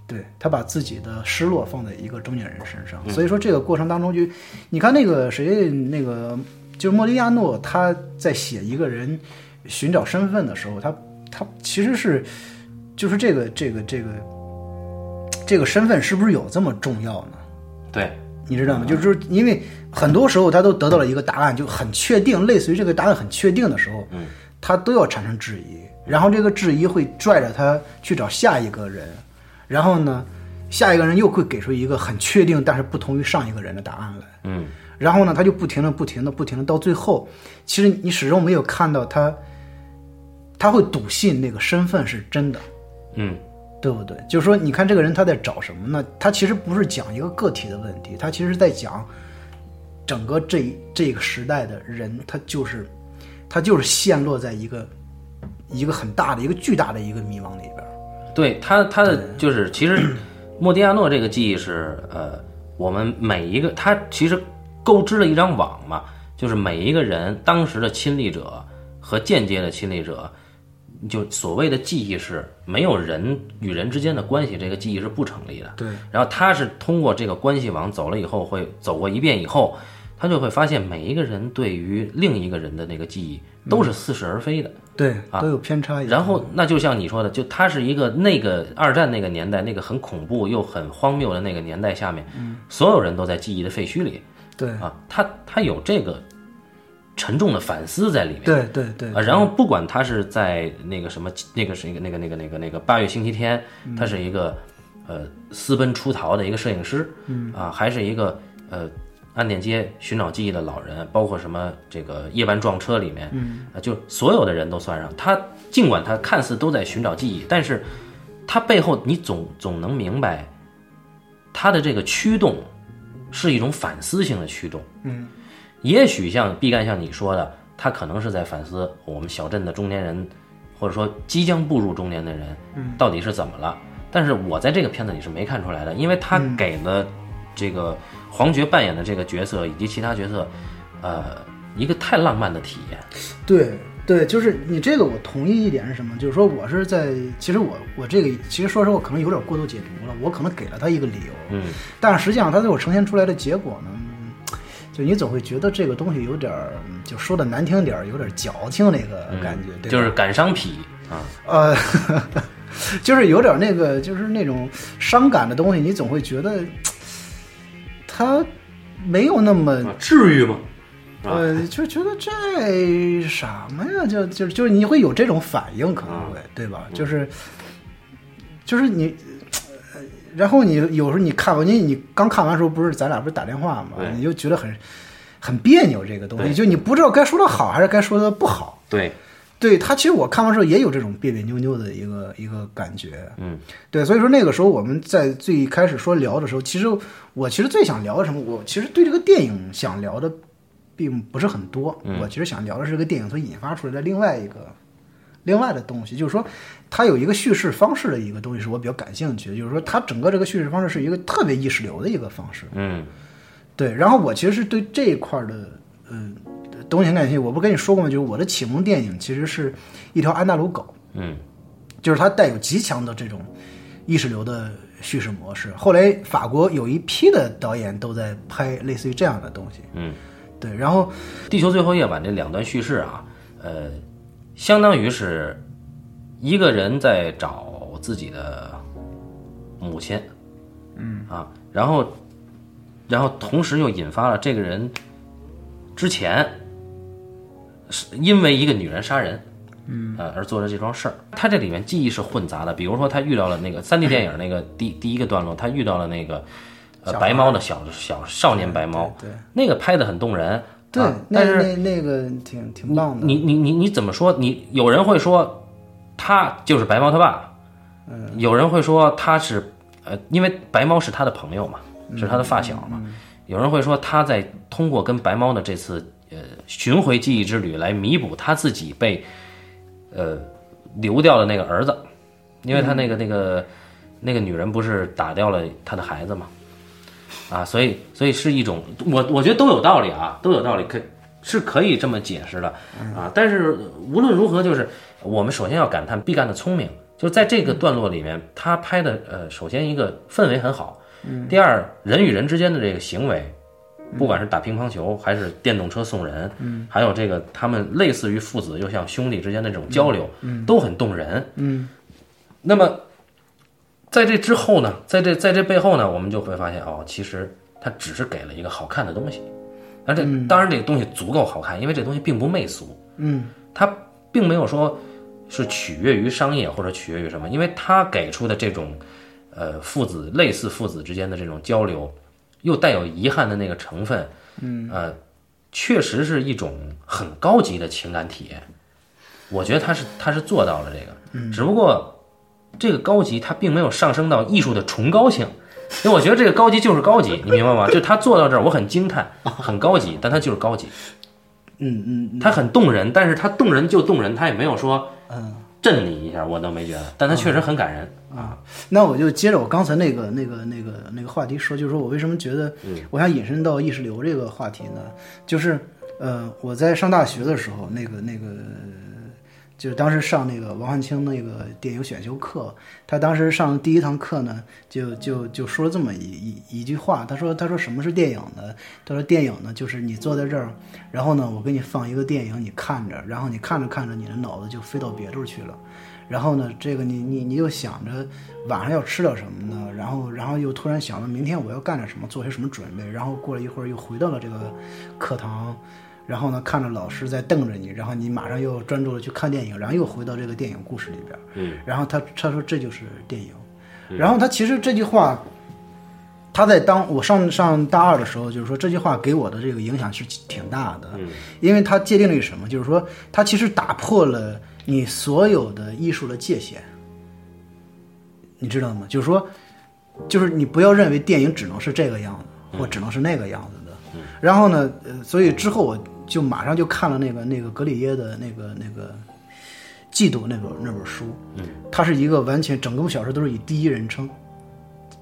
S2: 对他把自己的失落放在一个中年人身上，所以说这个过程当中就，你看那个谁，那个就是莫利亚诺，他在写一个人寻找身份的时候，他他其实是就是这个这个这个这个身份是不是有这么重要呢？
S1: 对，
S2: 你知道吗？就是因为很多时候他都得到了一个答案，就很确定，类似于这个答案很确定的时候，
S1: 嗯，
S2: 他都要产生质疑，然后这个质疑会拽着他去找下一个人，然后呢，下一个人又会给出一个很确定但是不同于上一个人的答案来，
S1: 嗯
S2: 然后呢，他就不停的、不停的、不停的，到最后，其实你始终没有看到他，他会笃信那个身份是真的，
S1: 嗯
S2: 对不对？就是说，你看这个人他在找什么呢？他其实不是讲一个个体的问题，他其实在讲整个这一这个时代的人，他就是他就是陷落在一个一个很大的一个巨大的一个迷茫里边儿。
S1: 对他他的就是其实莫迪亚诺这个记忆是呃，我们每一个他其实构织了一张网嘛，就是每一个人当时的亲历者和间接的亲历者。就所谓的记忆是没有人与人之间的关系，这个记忆是不成立的。
S2: 对，
S1: 然后他是通过这个关系网走了以后，会走过一遍以后，他就会发现每一个人对于另一个人的那个记忆都是似是而非的。
S2: 对，都有偏差。
S1: 啊然后，那就像你说的，就他是一个那个二战那个年代，那个很恐怖又很荒谬的那个年代下面，所有人都在记忆的废墟里
S2: 对，
S1: 啊，他他有这个沉重的反思在里面。
S2: 对，对，对，
S1: 啊，然后不管他是在那个什么，那个是一个那个那个那个那个八月星期天，他是一个呃私奔出逃的一个摄影师，嗯啊，还是一个呃暗恋街寻找记忆的老人，包括什么这个夜半撞车里面，嗯啊，就所有的人都算上。他尽管他看似都在寻找记忆，但是他背后你总总能明白他的这个驱动是一种反思性的驱动。
S2: 嗯
S1: 也许像毕赣像你说的，他可能是在反思我们小镇的中年人，或者说即将步入中年的人，
S2: 嗯
S1: 到底是怎么了？但是我在这个片子里是没看出来的，因为他给了这个黄觉扮演的这个角色以及其他角色，呃，一个太浪漫的体验。
S2: 对对，就是你这个我同意一点是什么？就是说我是在，其实我我这个其实说实话可能有点过度解读了，我可能给了他一个理由，
S1: 嗯，
S2: 但是实际上他最后呈现出来的结果呢，嗯就你总会觉得这个东西有点儿，嗯就说的难听点儿，有点儿矫情那个感觉，对吧
S1: 嗯就是感伤痞啊，
S2: 呃， 就是有点那个，就是那种伤感的东西，你总会觉得他没有那么
S1: 至于吗？
S2: 呃，就觉得这什么呀，就就就是你会有这种反应，可能会、
S1: 啊
S2: 对吧？
S1: 嗯
S2: 就是就是你，呃然后你有时候你看完你你刚看完的时候，不是咱俩不是打电话嘛，
S1: 对
S2: 你就觉得很很别扭这个东西，
S1: 对
S2: 就你不知道该说的好还是该说的不好。
S1: 对，
S2: 对他，其实我看完之后也有这种别别扭扭的一个一个感觉，
S1: 嗯，
S2: 对，所以说那个时候我们在最开始说聊的时候，其实我其实最想聊什么？我其实对这个电影想聊的并不是很多，我其实想聊的是这个电影所引发出来的另外一个另外的东西，就是说它有一个叙事方式的一个东西是我比较感兴趣的，就是说它整个这个叙事方式是一个特别意识流的一个方式，
S1: 嗯
S2: 对，然后我其实是对这一块儿的，嗯、呃，东西很感兴趣。我不跟你说过吗？就是我的启蒙电影其实是一条安达鲁狗，
S1: 嗯
S2: 就是它带有极强的这种意识流的叙事模式。后来法国有一批的导演都在拍类似于这样的东西，
S1: 嗯，
S2: 对，然后
S1: 《地球最后夜晚》这两段叙事啊，呃，相当于是一个人在找自己的母亲，嗯啊，然后，然后同时又引发了这个人之前是因为一个女人杀人，嗯啊而做的这桩事儿。他这里面记忆是混杂的，比如说他遇到了 那个三 D 电影那个第第一个段落，他遇到了那个呃
S2: 小孩
S1: 白猫的小小少年白猫，
S2: 对
S1: 那个拍的很动人，
S2: 对
S1: 啊，
S2: 那
S1: 但是
S2: 那那个挺挺棒的，
S1: 你你你你怎么说？你有人会说他就是白猫他爸，嗯，有人会说他是呃，因为白猫是他的朋友嘛，是他的发小嘛，有人会说他在通过跟白猫的这次呃寻回记忆之旅来弥补他自己被呃流掉的那个儿子，因为他那个、那个那个女人不是打掉了他的孩子嘛。啊，所以所以是一种，我我觉得都有道理啊，都有道理，可是可以这么解释的啊。但是无论如何，就是我们首先要感叹毕赣的聪明，就在这个段落里面，他拍的呃，首先一个氛围很好，第二人与人之间的这个行为。不管是打乒乓球，还是电动车送人，嗯，还有这个他们类似于父子又像兄弟之间的这种交流，嗯，都很动人，嗯。那么在这之后呢，在这在这背后呢，我们就会发现哦，其实它只是给了一个好看的东西。但这、当然这个东西足够好看，因为这东西并不媚俗，
S2: 嗯，
S1: 它并没有说是取悦于商业或者取悦于什么，因为它给出的这种呃父子类似父子之间的这种交流，又带有遗憾的那个成分，嗯，呃，确实是一种很高级的情感体验。我觉得他是他是做到了这个，只不过。这个高级它并没有上升到艺术的崇高性， 因为我觉得这个高级就是高级，你明 白吗？就他做到这儿，我很惊叹，很高级，但他就是高级，
S2: 嗯嗯
S1: 他很动人，但是他动人就动人，他也没有说
S2: 嗯。
S1: 震你一下，我倒没觉得，但他确实很感人啊。
S2: 那我就接着我刚才那个那个那个那个话题说，就是说我为什么觉得我想引申到意识流这个话题呢？就是呃，我在上大学的时候，那个那个就是当时上那个王汉卿那个电影选修课，他当时上第一堂课呢，就就就说了这么一一一句话，他说他说什么是电影呢？他说电影呢就是你坐在这儿，然后呢我给你放一个电影，你看着，然后你看着看着你的脑子就飞到别处去了，然后呢这个你你你就想着晚上要吃点什么呢？然后然后又突然想到明天我要干点什么，做些什么准备，然后过了一会儿又回到了这个课堂。然后呢，看着老师在瞪着你，然后你马上又专注的去看电影，然后又回到这个电影故事里边。
S1: 嗯，
S2: 然后他他说这就是电影，然后他其实这句话，他在当我上上大二的时候，就是说这句话给我的这个影响是挺大的，因为它界定了什么，就是说它其实打破了你所有的艺术的界限，你知道吗？就是说，就是你不要认为电影只能是这个样子，或只能是那个样子的。然后呢，呃，所以之后我就马上就看了那个那个格里耶的那个那个《嫉妒》那本那本书，嗯，它是一个完全整个小说都是以第一人称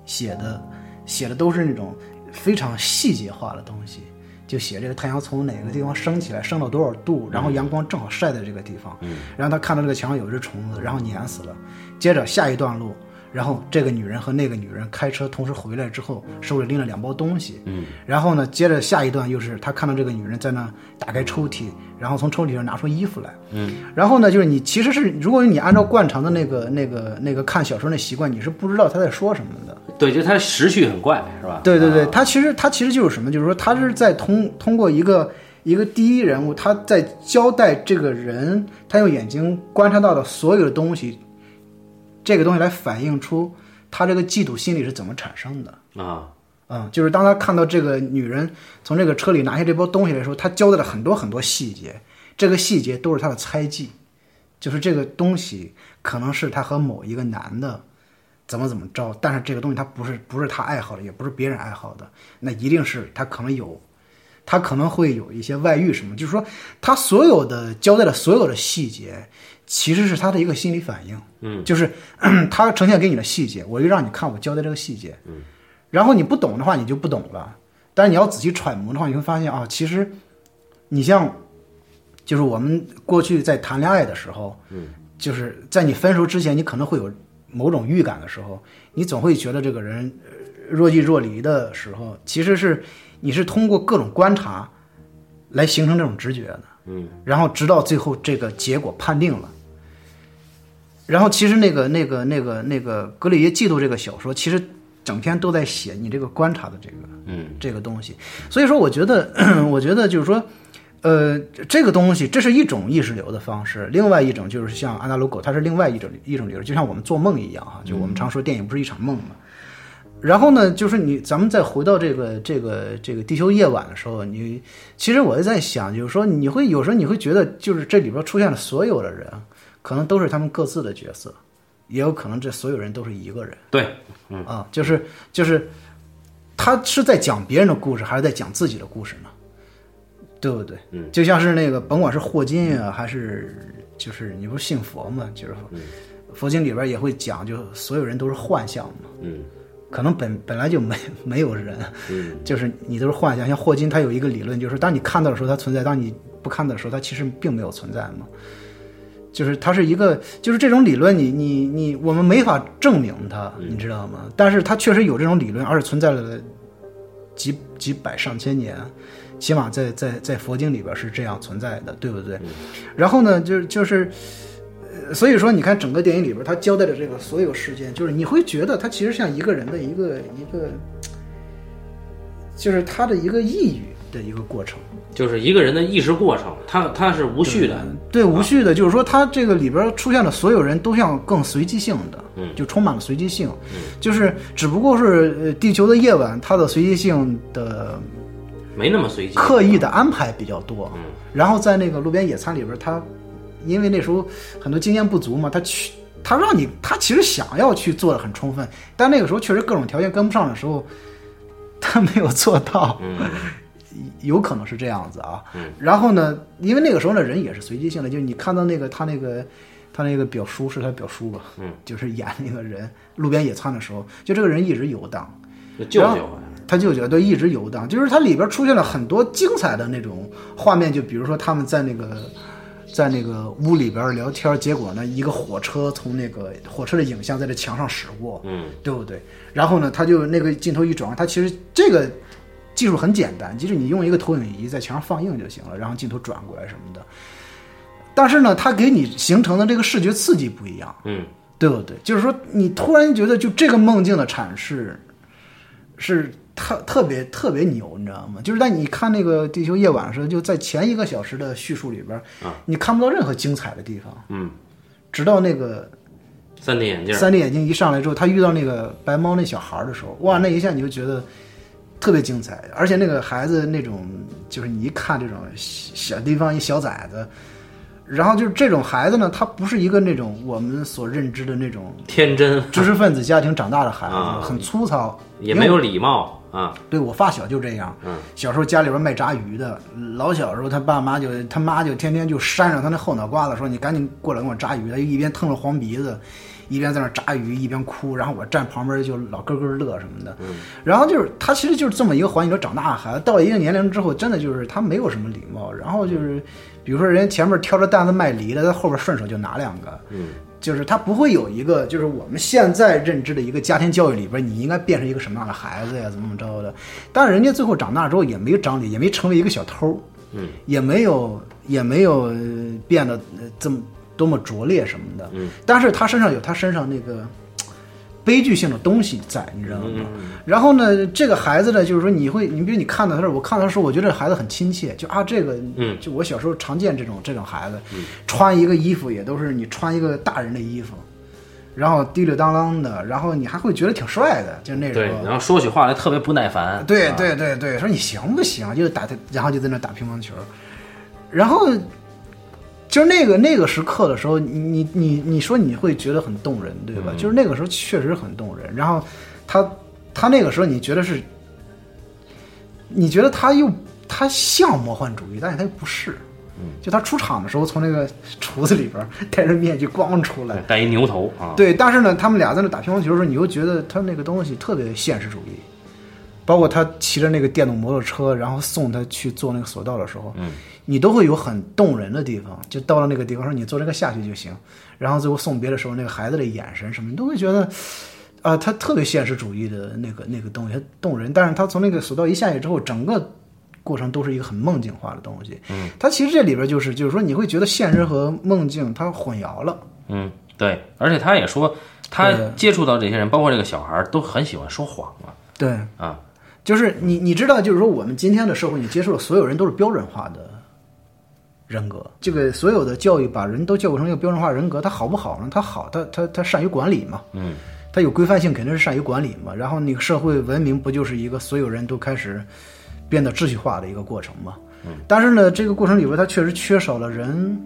S2: 写的，写的都是那种非常细节化的东西。就写这个太阳从哪个地方升起来，升到多少度，然后阳光正好晒在这个地方，然后他看到这个墙上有一只虫子，然后碾死了。接着下一段路，然后这个女人和那个女人开车同时回来之后，手里拎了两包东西。嗯，然后呢，接着下一段又是他看到这个女人在那打开抽屉，然后从抽屉上拿出衣服来。嗯，然后呢，就是你其实是如果你按照惯常的那个那个那个看小说那习惯，你是不知道他在说什么的。
S1: 对，就他时序很怪，是吧？
S2: 嗯对对对，
S1: 啊，嗯
S2: 他其实他其实就是什么，就是说他是在通通过一个一个第一人物，他在交代这个人，他用眼睛观察到的所有的东西，这个东西来反映出他这个嫉妒心理是怎么产生的。
S1: 啊，
S2: 嗯，就是当他看到这个女人从这个车里拿下这包东西的时候，他交代了很多很多细节，这个细节都是他的猜忌，就是这个东西可能是他和某一个男的怎么怎么着，但是这个东西他不是不是他爱好的，也不是别人爱好的，那一定是他可能有，他可能会有一些外遇什么，就是说他所有的交代的所有的细节，其实是他的一个心理反应，嗯，就是 他呈现给你的细节，我就让你看我交代这个细节，然后你不懂的话，你就不懂了。但是你要仔细揣摩的话，你会发现啊，其实你像，就是我们过去在谈恋爱的时候，嗯，就是在你分手之前，你可能会有某种预感的时候，你总会觉得这个人呃若即若离的时候，其实是你是通过各种观察来形成这种直觉的。
S1: 嗯，
S2: 然后直到最后这个结果判定了。然后其实那个那个那个那个格里耶嫉妒这个小说，其实整篇都在写你这个观察的这个
S1: 嗯
S2: 这个东西。所以说，我觉得 我觉得就是说，呃，这个东西这是一种意识流的方式，另外一种就是像阿纳鲁狗，它是另外一种一种流，就像我们做梦一样
S1: 嗯
S2: 哈，就我们常说电影不是一场梦嘛。然后呢，就是你，咱们再回到这个这个这个地球夜晚的时候，你其实我也在想，就是说你会有时候你会觉得，就是这里边出现了所有的人，可能都是他们各自的角色，也有可能这所有人都是一个人。
S1: 对，嗯
S2: 啊，就是就是，他是在讲别人的故事，还是在讲自己的故事呢？对不对？嗯，就像是那个，甭管是霍金啊，还是就是你不是信佛嘛，就是佛经里边也会讲，就所有人都是幻象嘛，
S1: 嗯
S2: 可能本本来就没没有人，
S1: 嗯
S2: 就是你都是幻象。像霍金他有一个理论，就是当你看到的时候它存在，当你不看到的时候它其实并没有存在嘛。就是它是一个，就是这种理论你，你你我们没法证明它，你知道吗？但是它确实有这种理论，而且存在了几几百上千年，起码在在在佛经里边是这样存在的，对不对？然后呢，就是就是。呃所以说，你看整个电影里边，它交代的这个所有事件，就是你会觉得它其实像一个人的一个一个就是他的一个抑郁的一个过程，
S1: 就是一个人的意识过程，他他是无序的，
S2: 对无序的，就是说他这个里边出现的所有人都像更随机性的，嗯，就充满了随机性，就是只不过是呃地球的夜晚，它的随机性的
S1: 没那么随机。
S2: 刻意的安排比较多，
S1: 嗯
S2: 然后在那个路边野餐里边，他因为那时候很多经验不足嘛，他去他让你他其实想要去做的很充分，但那个时候确实各种条件跟不上的时候，他没有做到，
S1: 嗯
S2: 有可能是这样子啊。然后呢，因为那个时候呢，人也是随机性的，就是你看到那个他那个他那个表叔是他表叔吧，
S1: 嗯，
S2: 就是演那个人路边野餐的时候，就这个人一直游荡，
S1: 就舅
S2: 然后
S1: 舅啊，
S2: 他舅舅对一直游荡，就是它里边出现了很多精彩的那种画面，就比如说他们在那个在那个屋里边聊天，结果呢一个火车从那个火车的影像在这墙上驶过，
S1: 嗯，
S2: 对不对？然后呢，他就那个镜头一转，他其实这个技术很简单，就是你用一个投影仪在墙上放映就行了，然后镜头转过来什么的。但是呢，它给你形成的这个视觉刺激不一样，
S1: 嗯，
S2: 对不对？就是说，你突然觉得就这个梦境的阐释是特特别特别牛，你知道吗？就是在你看那个《地球夜晚》的时候，就在前一个小时的叙述里边，你看不到任何精彩的地方，
S1: 嗯，
S2: 直到那个
S1: 三 D 眼镜儿，
S2: 三 D 眼镜一上来之后，他遇到那个白猫那小孩儿的时候，哇，那一下你就觉得特别精彩，而且那个孩子那种就是你一看这种小小地方一小崽子，然后就是这种孩子呢，他不是一个那种我们所认知的那种
S1: 天真
S2: 知识分子家庭长大的孩子，
S1: 啊
S2: 很粗糙，
S1: 也没有嗯礼貌啊，
S2: 对我发小就这样，小时候家里边卖炸鱼的，老小时候他爸妈就他妈就天天就扇上他那后脑瓜子，说你赶紧过来给我炸鱼，他就一边腾着黄鼻子，一边在那炸鱼，一边哭，然后我站旁边就老咯咯乐什么的，
S1: 嗯
S2: 然后就是他其实就是这么一个环境中长大的孩子，到了一定年龄之后，真的就是他没有什么礼貌，然后
S1: 嗯
S2: 就是比如说人家前面挑着担子卖梨的，他后边顺手就拿两个，就是他不会有一个，就是我们现在认知的一个家庭教育里边，你应该变成一个什么样的孩子呀，怎么怎么着的。但是人家最后长大之后也没长理，也没成为一个小偷，嗯，也没有也没有呃变得呃这么多么拙劣什么的，嗯。但是他身上有他身上那个悲剧性的东西在，你知道吗？然后呢，这个孩子呢，就是说你会，你比如你看到他，我看到他的时候，我觉得这孩子很亲切，就啊，这个，
S1: 嗯，
S2: 就我小时候常见这种这种孩子，穿一个衣服也都是你穿一个大人的衣服，然后滴溜当啷的，然后你还会觉得挺帅的，就那种。
S1: 对，然后说起话来特别不耐烦，
S2: 对
S1: 啊，
S2: 对对对，说你行不行？就打，然后就在那打乒乓球，然后就是那个那个时刻的时候，你你你你说你会觉得很动人，对吧？就是那个时候确实很动人。然后他他那个时候你觉得是，你觉得他又他像魔幻主义，但是他又不是。就他出场的时候，从那个橱子里边儿戴着面具咣出来，
S1: 戴一牛头啊，
S2: 对，但是呢，他们俩在那打乒乓球的时候，你又觉得他那个东西特别现实主义，包括他骑着那个电动摩托车，然后送他去坐那个索道的时候，嗯，你都会有很动人的地方。就到了那个地方，说你坐这个下去就行，然后最后送别的时候，那个孩子的眼神什么，你都会觉得。啊、他特别现实主义的那个那个东西，他动人。但是他从那个索道一下去之后，整个过程都是一个很梦境化的东西。嗯，它其实这里边就是就是说你会觉得现实和梦境它混淆了。
S1: 嗯，对，而且他也说，他
S2: 对
S1: 接触到这些人，包括这个小孩儿，都很喜欢说谎啊
S2: 对，
S1: 啊，
S2: 就是你你知道，就是说我们今天的社会，你接触的所有人都是标准化的人格。这个所有的教育把人都教育成一个标准化人格，它好不好呢？它好，它它它善于管理嘛。
S1: 嗯，
S2: 它有规范性，肯定是善于管理嘛。然后那个社会文明不就是一个所有人都开始变得秩序化的一个过程嘛？嗯，但是呢，这个过程里边它确实缺少了人。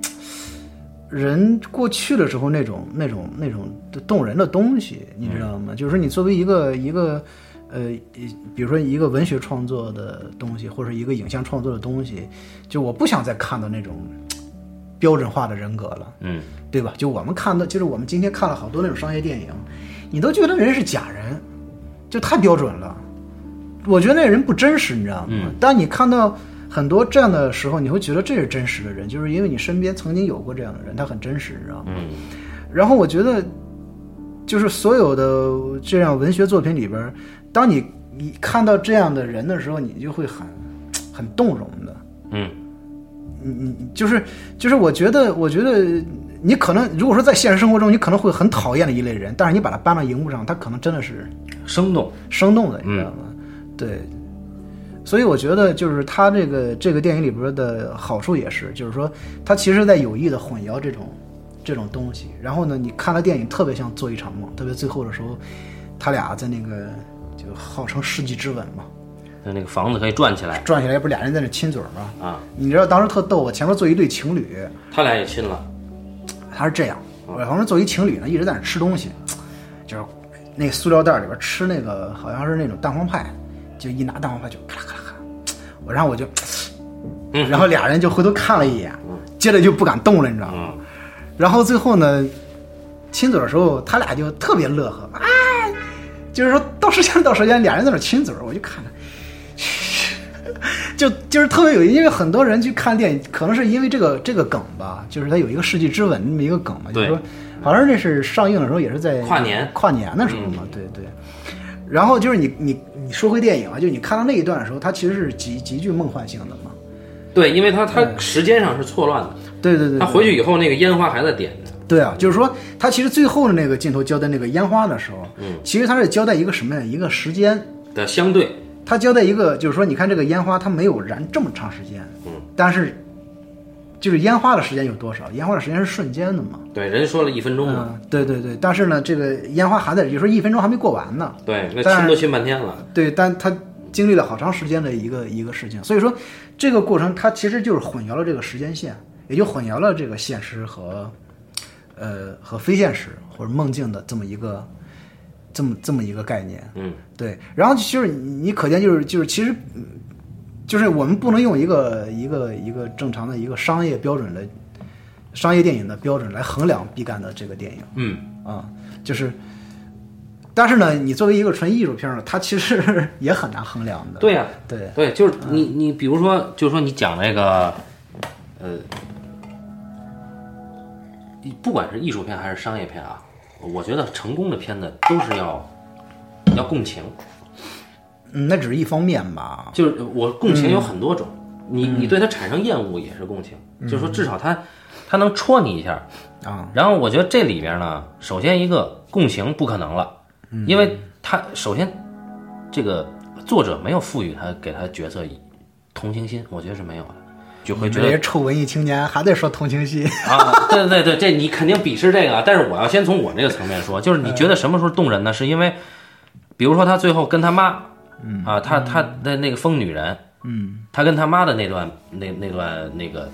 S2: 人过去的时候那种那种那种动人的东西，你知道
S1: 嗯
S2: 吗？就是说你作为一个一个呃，一比如说一个文学创作的东西，或者一个影像创作的东西，就我不想再看到那种嘖标准化的人格了，
S1: 嗯，
S2: 对吧？就我们看到，就是我们今天看了好多那种商业电影，你都觉得人是假人，就太标准了。我觉得那人不真实，你知道吗？但你看到很多这样的时候，你会觉得这是真实的人，就是因为你身边曾经有过这样的人，他很真实，你知道吗？
S1: 嗯
S2: 然后我觉得，就是所有的这样文学作品里边儿，当你你看到这样的人的时候，你就会很很动容的。
S1: 嗯
S2: 你你你就是就是，我觉得我觉得你可能如果说在现实生活中，你可能会很讨厌的一类人，但是你把他搬到荧幕上，他可能真的是
S1: 生动，
S2: 生动的，你知道吗？对，所以我觉得就是他这个这个电影里边的好处也是，就是说他其实在有意的混淆这种这种东西。然后呢，你看了电影特别像做一场梦，特别最后的时候，他俩在那个就号称世纪之吻嘛，
S1: 那那个房子可以转起来
S2: 转起来不是俩人在那亲嘴儿吗？
S1: 啊，
S2: 你知道当时特逗，我前面坐一对情侣，
S1: 他俩也亲了，
S2: 他是这样，我旁边坐一情侣呢，一直在那吃东西，就是那塑料袋里边吃那个好像是那种蛋黄派，就一拿蛋黄派就咔啦咔啦咔啦，我然后 我就，然后俩人就回头看了一眼，接着就不敢动了，你知道吗？
S1: 嗯
S2: 然后最后呢，亲嘴的时候他俩就特别乐呵啊，就是说到时间了到时间了，俩人在那亲嘴儿，我就看着。 就就是特别有意，因为很多人去看电影，可能是因为这个这个梗吧，就是它有一个世纪之吻那么一个梗嘛，就
S1: 对
S2: 是说，好像这是上映的时候也是在
S1: 跨年嗯
S2: 跨年的时候嘛，对对。然后就是你你你说回电影啊，就你看到那一段的时候，它其实是极极具梦幻性的嘛，
S1: 对，因为他他时间上是错乱的，
S2: 对对对
S1: 他
S2: 对。
S1: 回去以后那个烟花还在点着，
S2: 对啊，就是说，它其实最后的那个镜头交代那个烟花的时候，嗯，其实它是交代一个什么呀？一个时间，
S1: 的相对，
S2: 它交代一个，就是说，你看这个烟花，它没有燃这么长时间，嗯，但是就是烟花的时间有多少？烟花的时间是瞬间的嘛？
S1: 对，人说了一分钟嘛，
S2: 嗯，对对对。但是呢，这个烟花还在，有时候一分钟还没过完呢。
S1: 对，那
S2: 嗯但
S1: 亲都亲半天了，
S2: 对，但它经历了好长时间的一个一个事情，所以说这个过程它其实就是混淆了这个时间线，也就混淆了这个现实和呃和非现实或者梦境的这么一个这么这么一个概念。
S1: 嗯，
S2: 对，然后就是你可见就是就是其实嗯就是我们不能用一个一个一个正常的一个商业标准来商业电影的标准来衡量毕赣的这个电影。
S1: 嗯，
S2: 啊、就是，但是呢，你作为一个纯艺术片儿呢，它其实 也很难衡量的。
S1: 对呀、
S2: 对
S1: 对，就是你你比如说，就是说你讲那个，呃，一不管是艺术片还是商业片啊，我觉得成功的片子都是要要共情，
S2: 嗯，那只是一方面吧。
S1: 就是我共情有很多种，你你对它产生厌恶也是共情，就是说至少它它能戳你一下
S2: 啊。
S1: 然后我觉得这里边呢，首先一个共情不可能了，因为他首先这个作者没有赋予他给他角色以同情心，我觉得是没有的，就会
S2: 你
S1: 觉得
S2: 们这些臭文艺青年还得说同情心，
S1: 啊，对对对，这你肯定鄙视这个，啊，但是我要先从我这个层面说，就是你觉得什么时候动人呢？是因为，比如说他最后跟他妈，啊，他他的那个疯女人，嗯，他跟他妈的那段那那段那个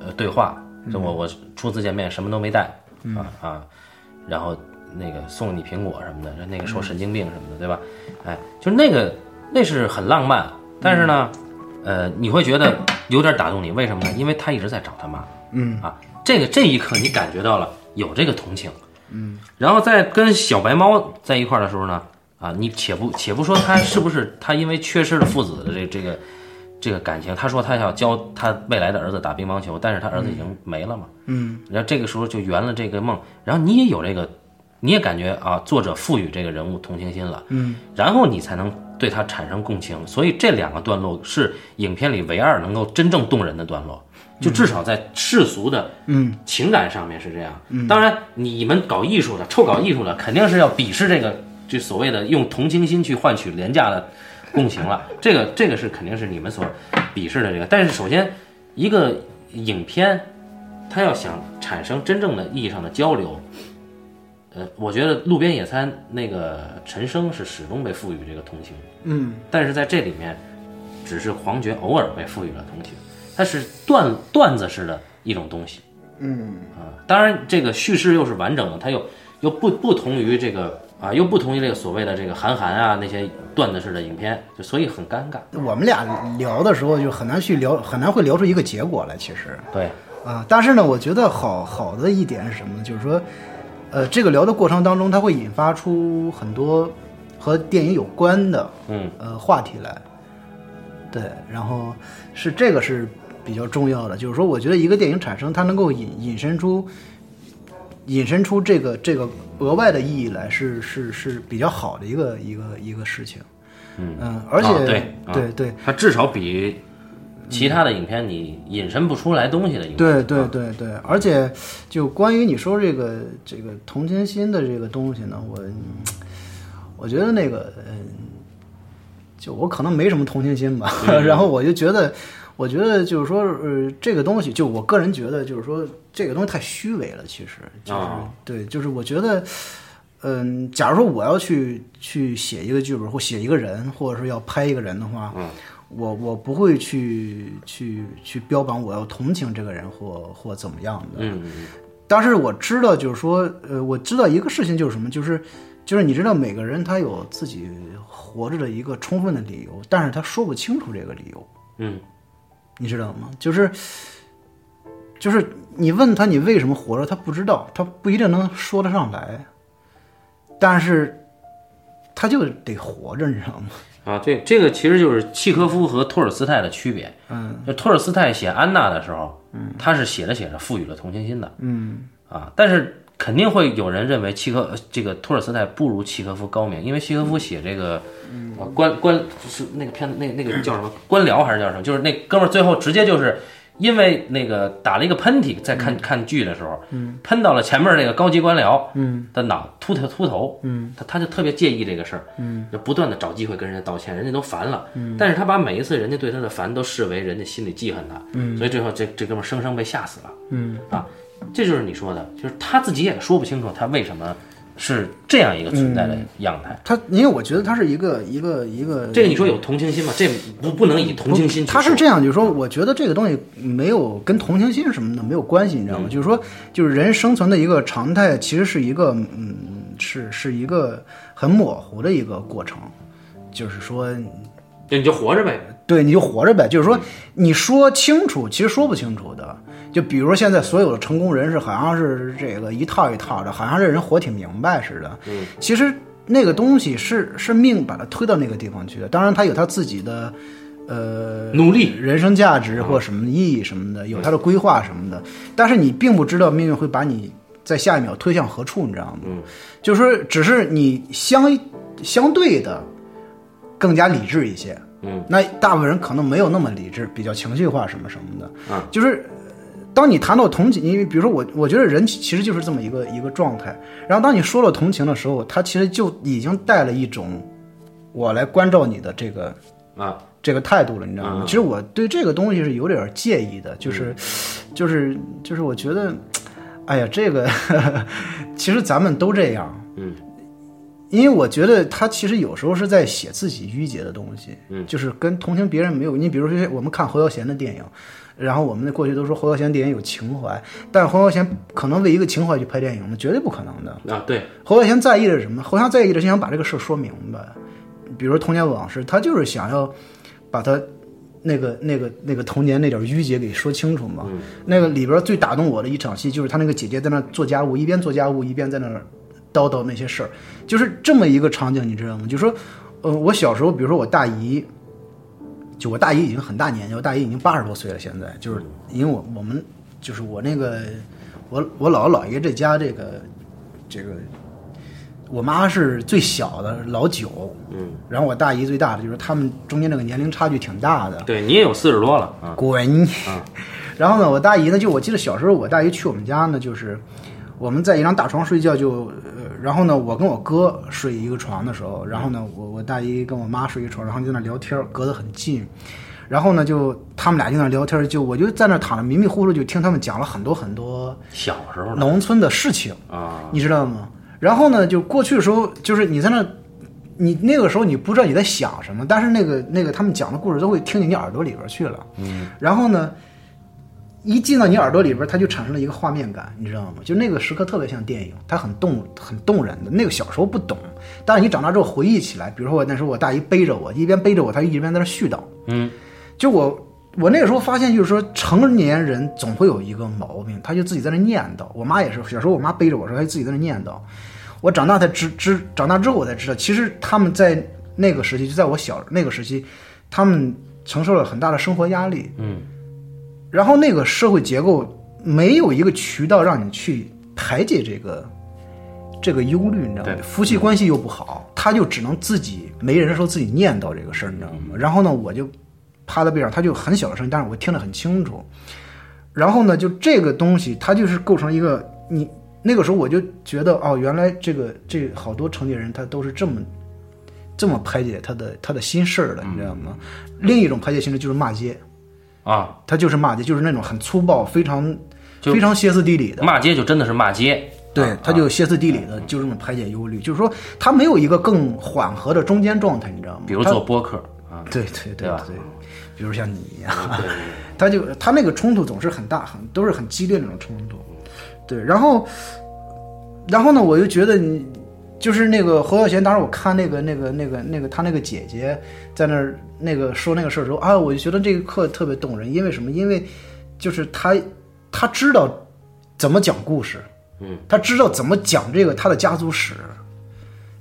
S1: 呃对话，就我我初次见面什么都没带，啊啊，然后那个送你苹果什么的，那个说神经病什么的，对吧？哎，就是那个那是很浪漫，但是呢，呃，你会觉得有点打动你，为什么呢？因为他一直在找他妈。啊，这个这一刻你感觉到了有这个同情，嗯，然后在跟小白猫在一块儿的时候呢，啊，你且不且不说他是不是他因为缺失了父子的这这个这个感情，他说他要教他未来的儿子打乒乓球，但是他儿子已经没了嘛，嗯，然后这个时候就圆了这个梦，然后你也有这个，你也感觉啊，作者赋予这个人物同情心了，嗯，然后你才能对他产生共情，所以这两个段落是影片里唯二能够真正动人的段落，就至少在世俗的
S2: 嗯
S1: 情感上面是这样。当然，你们搞艺术的、臭搞艺术的，肯定是要鄙视这个，就所谓的用同情心去换取廉价的共情了。这个这个是肯定是你们所鄙视的这个。但是首先，一个影片，它要想产生真正的意义上的交流。呃，我觉得《路边野餐》那个陈升是始终被赋予这个同情
S2: 嗯
S1: 但是在这里面，只是黄觉偶尔被赋予了同情，它是段段子式的一种东西
S2: 嗯
S1: 啊、当然，这个叙事又是完整的，它又啊又不不同于这个啊，又不同于这个所谓的这个韩寒啊那些段子式的影片，就所以很尴尬。
S2: 我们俩聊的时候就很难去聊，很难会聊出一个结果来。其实
S1: 对，
S2: 啊，但是呢，我觉得好好的一点是什么呢？就是说，呃，这个聊的过程当中，它会引发出很多和电影有关的
S1: 嗯
S2: 呃话题来。对，然后是这个是比较重要的，就是说，我觉得一个电影产生，它能够引引申出引申出这个这个额外的意义来，是是是比较好的一个一个一个事情。
S1: 嗯，
S2: 嗯，而且、
S1: 啊对啊
S2: 对对
S1: 它至少比其他的影片你引申不出来东西的影片。
S2: 对对对对，而且就关于你说这个这个同情心的这个东西呢，我我觉得那个嗯，就我可能没什么同情心吧， 然后我就觉得，我觉得就是说，呃，这个东西，就我个人觉得，就是说这个东西太虚伪了，其实就是、
S1: 啊
S2: 对，就是我觉得。嗯，假如说我要去去写一个剧本，或写一个人，或者是要拍一个人的话，我我不会去去去标榜我要同情这个人或或怎么样的。
S1: 嗯，嗯嗯
S2: 但是我知道，就是说，呃，我知道一个事情就是什么，就是就是你知道每个人他有自己活着的一个充分的理由，但是他说不清楚这个理由，
S1: 嗯，
S2: 你知道吗？就是就是你问他你为什么活着，他不知道，他不一定能说得上来，但是他就得活着，你知道吗？
S1: 啊，对，这个其实就是契诃夫和托尔斯泰的区别。
S2: 嗯，
S1: 就托尔斯泰写安娜的时候，嗯，他是写着写着赋予了同情心的
S2: 嗯
S1: 啊，但是肯定会有人认为契诃呃这个托尔斯泰不如契诃夫高明，因为契诃夫写这个，啊官官是那个片子那那个叫什么官僚还是叫什么，就是那哥们儿最后直接就是。因为那个打了一个喷嚏，在看、看剧的时候，嗯，喷到了前面那个高级官僚，
S2: 嗯
S1: 的脑秃头秃头，
S2: 嗯，
S1: 他他就特别介意这个事儿，嗯，就不断的找机会跟人家道歉，人家都烦了，嗯，但是他把每一次人家对他的烦都视为人家心里记恨他，嗯，所以最后这这哥们儿生生被吓死了
S2: 嗯
S1: 啊，这就是你说的，就是他自己也说不清楚他为什么是这样一个存在的
S2: 嗯
S1: 样态。
S2: 他因为我觉得他是一个一个一个
S1: 这个你说有同情心吗？这不不能以同情心去
S2: 他是
S1: 说
S2: 这样，就是说，我觉得这个东西没有跟同情心什么的没有关系，你知道吗？就是说，就是人生存的一个常态，其实是一个，嗯，是是一个很模糊的一个过程，就是说，
S1: 就你就活着呗，
S2: 对，你就活着呗。就是说，你说清楚，其实说不清楚的。就比如说现在所有的成功人士，好像是这个一套一套的，好像这人活挺明白似的。嗯，其实那个东西是是命把他推到那个地方去的。当然，他有他自己的，呃，
S1: 努力，嗯
S2: 人生价值或什么意义什么的，有它的规划什么的，但是你并不知道命运会把你在下一秒推向何处，你知道吗？
S1: 嗯，
S2: 就是说，只是你相相对的更加理智一些，
S1: 嗯，
S2: 那大部分人可能没有那么理智，比较情绪化什么什么的，
S1: 嗯
S2: 就是。呃当你谈到同情，因为比如说我，我觉得人其其实就是这么一个一个状态。然后当你说了同情的时候，他其实就已经带了一种我来关照你的这个
S1: 啊，
S2: 这个态度了，你知道吗？
S1: 嗯
S2: 其实我对这个东西是有点介意的，就是，就是，就是我觉得，哎呀，这个 其实咱们都这样，
S1: 嗯，
S2: 因为我觉得他其实有时候是在写自己郁结的东西，
S1: 嗯
S2: 就是跟同情别人没有。你比如说，我们看侯孝贤的电影。然后我们过去都说侯孝贤电影有情怀，但侯孝贤可能为一个情怀去拍电影吗？绝对不可能的。
S1: 啊，对，
S2: 侯孝贤在意的是什么？侯孝贤在意的是想把这个事儿说明白，比如说童年往事，他就是想要把他那个那个那个童年那点淤结给说清楚嘛。那个里边最打动我的一场戏，就是他那个姐姐在那做家务，一边做家务一边在那儿叨叨那些事儿，就是这么一个场景，你知道吗？就说，呃，我小时候，比如说我大姨。就我大姨已经很大年纪，我大姨已经八十多岁了，现在就是因为我我们就是我那个我我姥姥姥爷这家这个这个我妈是最小的，老九，嗯，然后我大姨最大的，就是他们中间这个年龄差距挺大的。
S1: 对你也有四十多了啊，
S2: 滚！然后呢，我大姨呢，就我记得小时候我大姨去我们家呢，就是我们在一张大床睡觉就，呃然后呢，我跟我哥睡一个床的时候，然后呢，我我大姨跟我妈睡一个床，然后就在那聊天，隔得很近。然后呢，就他们俩就在那聊天，就我就在那躺着迷迷糊糊，就听他们讲了很多很多
S1: 小时候呢
S2: 农村的事情。
S1: 啊，
S2: 你知道吗？然后呢，就过去的时候，就是你在那，你那个时候你不知道你在想什么，但是那个那个他们讲的故事都会听进你耳朵里边去了。嗯。然后呢，一进到你耳朵里边，它就产生了一个画面感，你知道吗？就那个时刻特别像电影，它很动很动人的。那个小时候不懂，但是你长大之后回忆起来，比如说我那时候我大姨背着我，一边背着我，她一边在那絮叨。
S1: 嗯，
S2: 就我我那个时候发现，就是说成年人总会有一个毛病，他就自己在那念叨。我妈也是，小时候我妈背着我说，她就自己在那念叨。我长大才知知，长大之后我才知道，其实他们在那个时期，就在我小那个时期，他们承受了很大的生活压力。
S1: 嗯，
S2: 然后那个社会结构没有一个渠道让你去排解这个这个忧虑，你知道吗
S1: 对？
S2: 夫妻关系又不好，他就只能自己没人的时候自己念叨这个事儿，你知道吗？然后呢，我就趴在背上，他就很小的声音，但是我听得很清楚。然后呢，就这个东西，它就是构成一个你那个时候我就觉得哦，原来这个这好多成年人他都是这么这么排解他的他的心事儿的，你知道吗？另一种排解形式就是骂街，
S1: 啊，
S2: 他就是骂街，就是那种很粗暴、非常
S1: 就
S2: 非常歇斯底里的。
S1: 骂街就真的是骂街，
S2: 对
S1: 啊，
S2: 他就歇斯底里的，就这么排解忧虑，就是说他没有一个更缓和的中间状态，你知道吗？
S1: 比如
S2: 他
S1: 做播客啊，
S2: 对对
S1: 对
S2: 对
S1: 吧
S2: 对，比如像你一样，
S1: 对对
S2: 他就他那个冲突总是很大，很都是很激烈的那种冲突。对，然后，然后呢，我又觉得你就是那个侯孝贤，当时我看那个那个那个那个他那个姐姐在那儿那个说那个事儿的时候啊，我就觉得这个课特别动人，因为什么？因为就是他他知道怎么讲故事，
S1: 嗯，
S2: 他知道怎么讲这个他的家族史，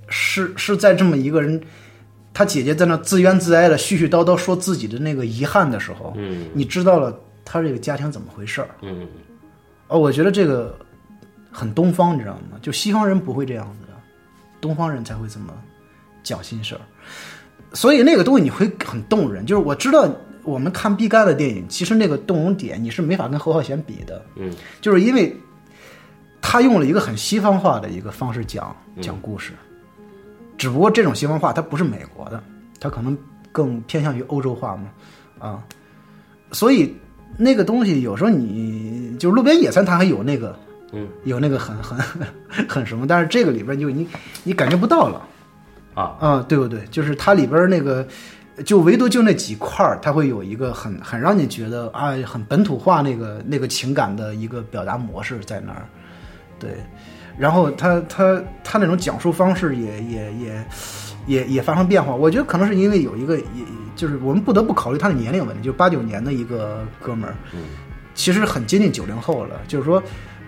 S2: 是是在这么一个人。他姐姐在那自怨自艾的絮絮叨叨说自己的那个遗憾的时候，
S1: 嗯
S2: 你知道了他这个家庭怎么回事儿。
S1: 嗯，
S2: 哦，我觉得这个很东方，你知道吗？就西方人不会这样子的，东方人才会这么讲心事儿。所以那个东西你会很动人，就是我知道我们看毕赣的电影，其实那个动容点你是没法跟侯孝贤比的，
S1: 嗯，
S2: 就是因为他用了一个很西方化的一个方式讲讲故事，只不过这种西方化它不是美国的，它可能更偏向于欧洲化嘛，啊，所以那个东西有时候你就是路边野餐，它还有那个，
S1: 嗯，
S2: 有那个很很 很什么，但是这个里边就你你感觉不到了
S1: 啊，
S2: 啊，对不对？就是它里边那个。就唯独就那几块儿，它会有一个很很让你觉得啊，很本土化那个那个情感的一个表达模式在那儿，对。然后他他他那种讲述方式也也也也也发生变化。我觉得可能是因为有一个，也就是我们不得不考虑他的年龄问题。就八九年的一个哥们儿，其实很接近九零后了。就是说，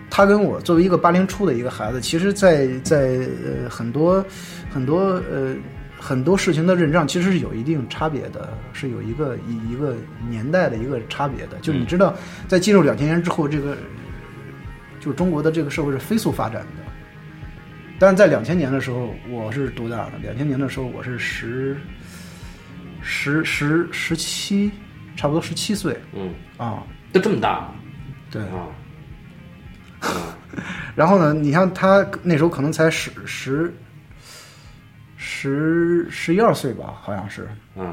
S2: 他跟我作为一个八零初的一个孩子，其实在，在呃很多很多呃很多事情的认知上，其实是有一定差别的，是有一个一一个年代的一个差别的。就你知道，在进入两千年之后，这个就中国的这个社会是飞速发展的。但是在两千年的时候，我是多大的？两千年的时候，我是十十十十七，差不多十七岁
S1: 嗯，
S2: 啊。
S1: 都这么大
S2: 对，
S1: 啊，
S2: 然后呢，你像他那时候可能才十十十十一二岁吧，好像是。
S1: 嗯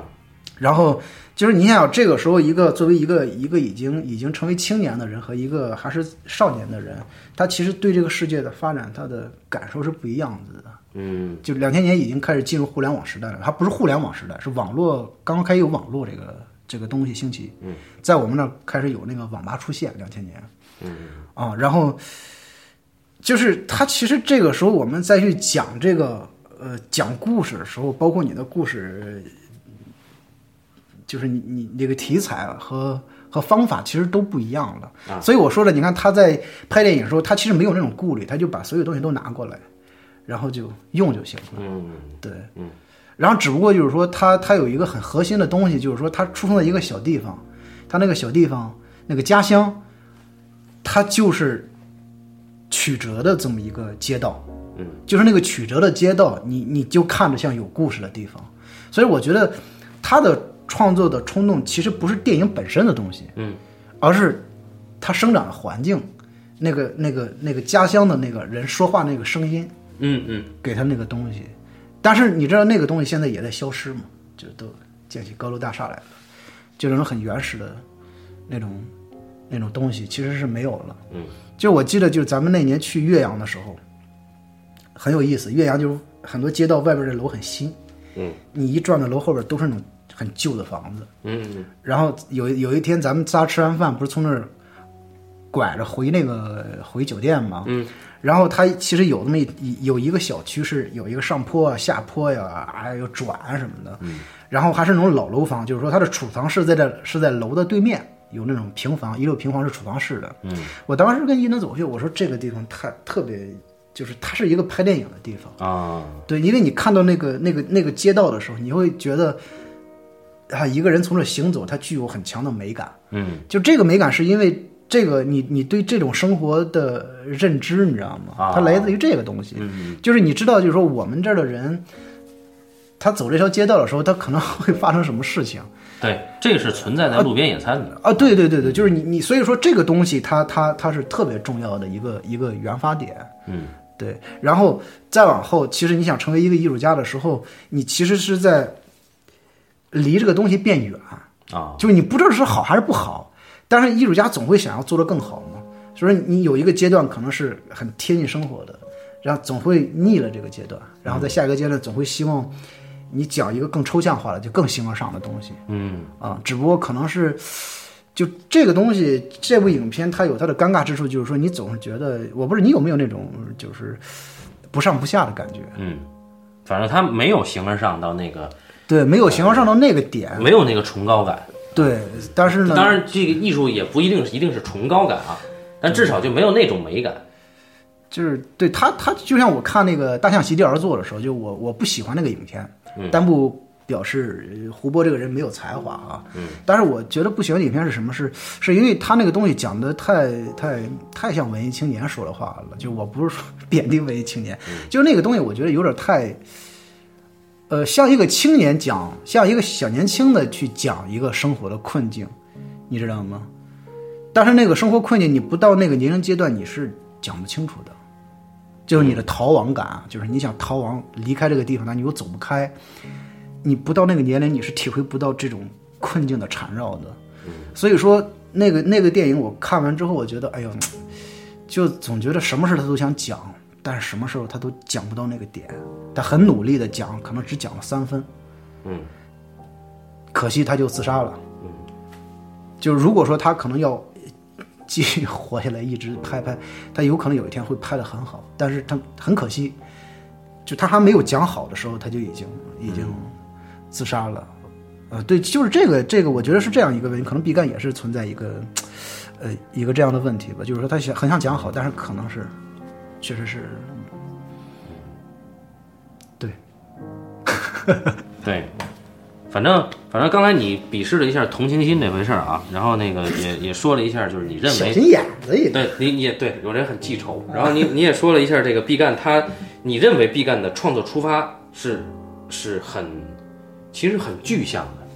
S2: 然后就是你想想，这个时候一个作为一个一个已经已经成为青年的人和一个还是少年的人，他其实对这个世界的发展，他的感受是不一样子的。
S1: 嗯
S2: 就两千年已经开始进入互联网时代了，它不是互联网时代，是网络刚刚开始有网络这个这个东西兴起，
S1: 嗯，
S2: 在我们那儿开始有那个网吧出现，两千年
S1: 嗯
S2: 啊，然后就是它其实这个时候我们再去讲这个呃讲故事的时候，包括你的故事，就是你你你这个题材和。和方法其实都不一样了，
S1: 啊
S2: 所以我说了，你看他在拍电影的时候，他其实没有那种顾虑，他就把所有东西都拿过来，然后就用就行了。
S1: 嗯
S2: 对，
S1: 嗯，
S2: 然后只不过就是说他他有一个很核心的东西，就是说他出生在一个小地方，他那个小地方那个家乡，它就是曲折的这么一个街道，
S1: 嗯，
S2: 就是那个曲折的街道，你你就看着像有故事的地方。所以我觉得他的创作的冲动其实不是电影本身的东西，
S1: 嗯，
S2: 而是他生长的环境，那个那个那个家乡的那个人说话那个声音
S1: 嗯嗯，
S2: 给他那个东西。但是你知道那个东西现在也在消失吗？就都建起高楼大厦来了，就那种很原始的那种那种东西其实是没有了。
S1: 嗯，
S2: 就我记得就是咱们那年去岳阳的时候，很有意思。岳阳就是很多街道外边的楼很新，
S1: 嗯，
S2: 你一转到楼后边都是那种很旧的房子。
S1: 嗯
S2: 然后有有一天咱们仨吃完饭，不是从那儿拐着回那个回酒店吗？
S1: 嗯。
S2: 然后它其实有那么一有一个小区是有一个上坡啊、下坡呀、啊，哎有转啊什么的。嗯。然后还是那种老楼房，就是说它的储藏室在这是在楼的对面，有那种平房，一溜平房是储藏室的。
S1: 嗯。
S2: 我当时跟伊能走去，我说这个地方太特别，就是它是一个拍电影的地方。
S1: 啊，
S2: 对，因为你看到那个那个那个街道的时候，你会觉得，啊，一个人从这行走，它具有很强的美感。
S1: 嗯
S2: 就这个美感，是因为这个你你对这种生活的认知，你知道吗
S1: 啊？
S2: 它来自于这个东西。
S1: 嗯
S2: 就是你知道，就是说我们这儿的人，他走这条街道的时候，他可能会发生什么事情。
S1: 对，这是存在在路边野餐的，
S2: 啊，对对对对，就是你你，所以说这个东西它它它是特别重要的一个一个原发点，
S1: 嗯，
S2: 对。然后再往后，其实你想成为一个艺术家的时候，你其实是在离这个东西变远，
S1: 啊，
S2: 就是你不知道是好还是不好，但是艺术家总会想要做得更好嘛。所以你有一个阶段可能是很贴近生活的，然后总会腻了这个阶段，然后在下一个阶段总会希望你讲一个更抽象化的，就更形而上的东西。
S1: 嗯
S2: 啊，只不过可能是，就这个东西，这部影片它有它的尴尬之处，就是说你总是觉得，我不知道你有没有那种就是不上不下的感觉，
S1: 嗯，反正他没有形而上到那个，
S2: 对，没有形而上到那个点，
S1: 没有那个崇高感。
S2: 对，但是呢，
S1: 呃当然，这个艺术也不一定是一定是崇高感啊，但至少就没有那种美感。
S2: 就是对他，他就像我看那个《大象席地而坐》的时候，就我我不喜欢那个影片，但不表示呃胡波这个人没有才华啊。嗯，但是我觉得不喜欢的影片是什么？是是因为他那个东西讲的太太太像文艺青年说的话了。就我不是说 贬低文艺青年，就那个东西我觉得有点太，呃，像一个青年讲，像一个小年轻的去讲一个生活的困境，你知道吗？但是那个生活困境，你不到那个年龄阶段，你是讲不清楚的。就是你的逃亡感啊，就是你想逃亡离开这个地方，但你又走不开，你不到那个年龄，你是体会不到这种困境的缠绕的。所以说，那个那个电影我看完之后，我觉得，哎呦，就总觉得什么事他都想讲，但是什么时候他都讲不到那个点。他很努力的讲，可能只讲了三分，
S1: 嗯，
S2: 可惜他就自杀了。嗯，就如果说他可能要继续活下来，一直拍拍，他有可能有一天会拍得很好，但是他很可惜，就他还没有讲好的时候，他就已经已经自杀了。呃，对，就是这个这个，我觉得是这样一个问题，可能毕赣也是存在一个呃一个这样的问题吧，就是说他想很想讲好，但是可能是确实是对
S1: 对，反正反正刚才你鄙视了一下同情心这回事儿啊，然后那个也也说了一下，就是你认
S2: 小
S1: 为
S2: 心眼子也
S1: 对，你你也对，有人很记仇。然后你你也说了一下这个毕赣，他你认为毕赣的创作出发是是很，其实很具象的，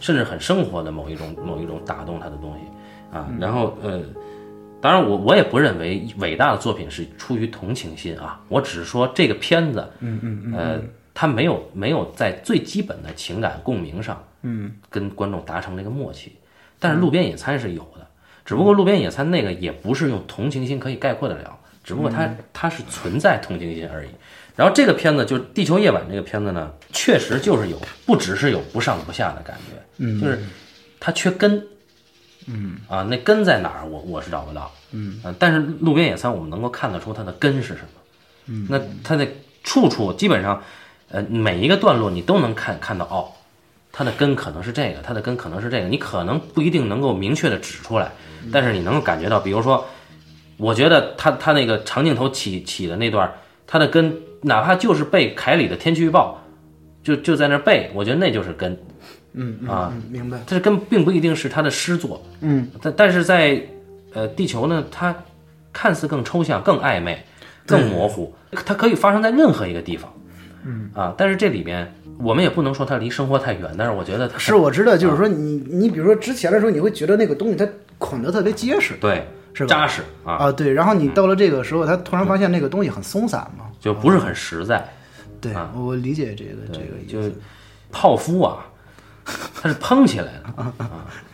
S1: 甚至很生活的某一种某一种打动他的东西啊。然后呃，当然我我也不认为伟大的作品是出于同情心啊，我只是说这个片子，嗯嗯呃，他没有没有在最基本的情感共鸣上，嗯，跟观众达成这个默契。但是路边野餐是有的，只不过路边野餐那个也不是用同情心可以概括得了，只不过它它是存在同情心而已。然后这个片子就《地球夜晚》这个片子呢，确实就是有不只是有不上不下的感觉，嗯，就是它缺根，嗯啊，那根在哪儿我我是找不到，嗯、但是路边野餐我们能够看得出它的根是什么，嗯，那它的处处基本上，呃，每一个段落你都能看看到哦，它的根可能是这个，它的根可能是这个，你可能不一定能够明确的指出来，但是你能够感觉到，比如说，我觉得他他那个长镜头起起的那段，它的根哪怕就是背凯里的天气预报，就就在那儿背，我觉得那就是根，
S2: 嗯嗯
S1: 啊
S2: 嗯明白
S1: 它的根并不一定是他的诗作，
S2: 嗯
S1: 但但是在呃地球呢，它看似更抽象、更暧昧，更模糊，它可以发生在任何一个地方，嗯啊，但是这里面我们也不能说它离生活太远，但是我觉得它
S2: 是我知道，就是
S1: 啊
S2: 说你你比如说之前的时候，你会觉得那个东西它捆得特别结实，
S1: 对
S2: 是吧
S1: 扎实啊，
S2: 啊对，然后你到了这个时候，它突然发现那个东西很松散嘛，
S1: 就不是很实在。
S2: 对，我理解这个这个
S1: 啊
S2: 意
S1: 就
S2: 思。，
S1: 泡芙啊，它是蓬起来的啊，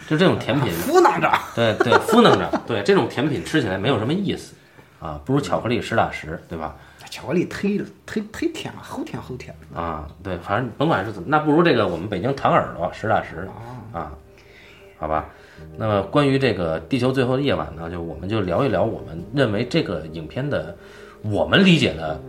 S1: 就这种甜品
S2: 敷弄着，
S1: 对对，敷弄着，对这种甜品吃起来没有什么意思啊，不如巧克力实打实，对吧？
S2: 巧克力忒忒忒甜了，齁甜齁甜的。
S1: 啊，对，反正甭管是怎么，那不如这个我们北京糖耳朵实打实啊，好吧。那么关于这个《地球最后的夜晚》呢，就我们就聊一聊我们认为这个影片的我们理解的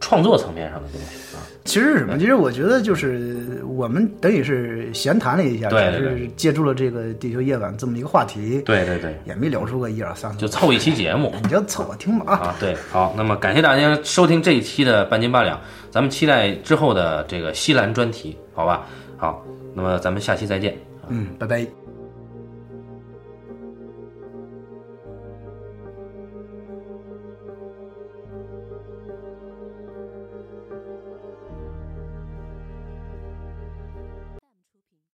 S1: 创作层面上的东西啊。
S2: 其实是什么？其实我觉得就是我们等于是闲谈了一下，
S1: 对对
S2: 只是借助了这个地球夜晚这么一个话题，
S1: 对对对，
S2: 也没聊出个一二三四
S1: 就凑一期节目。
S2: 你就凑合听吧啊。
S1: 啊，对，好，那么感谢大家收听这一期的半斤八两，咱们期待之后的这个西兰专题，好吧？好，那么咱们下期再见。
S2: 嗯，拜拜。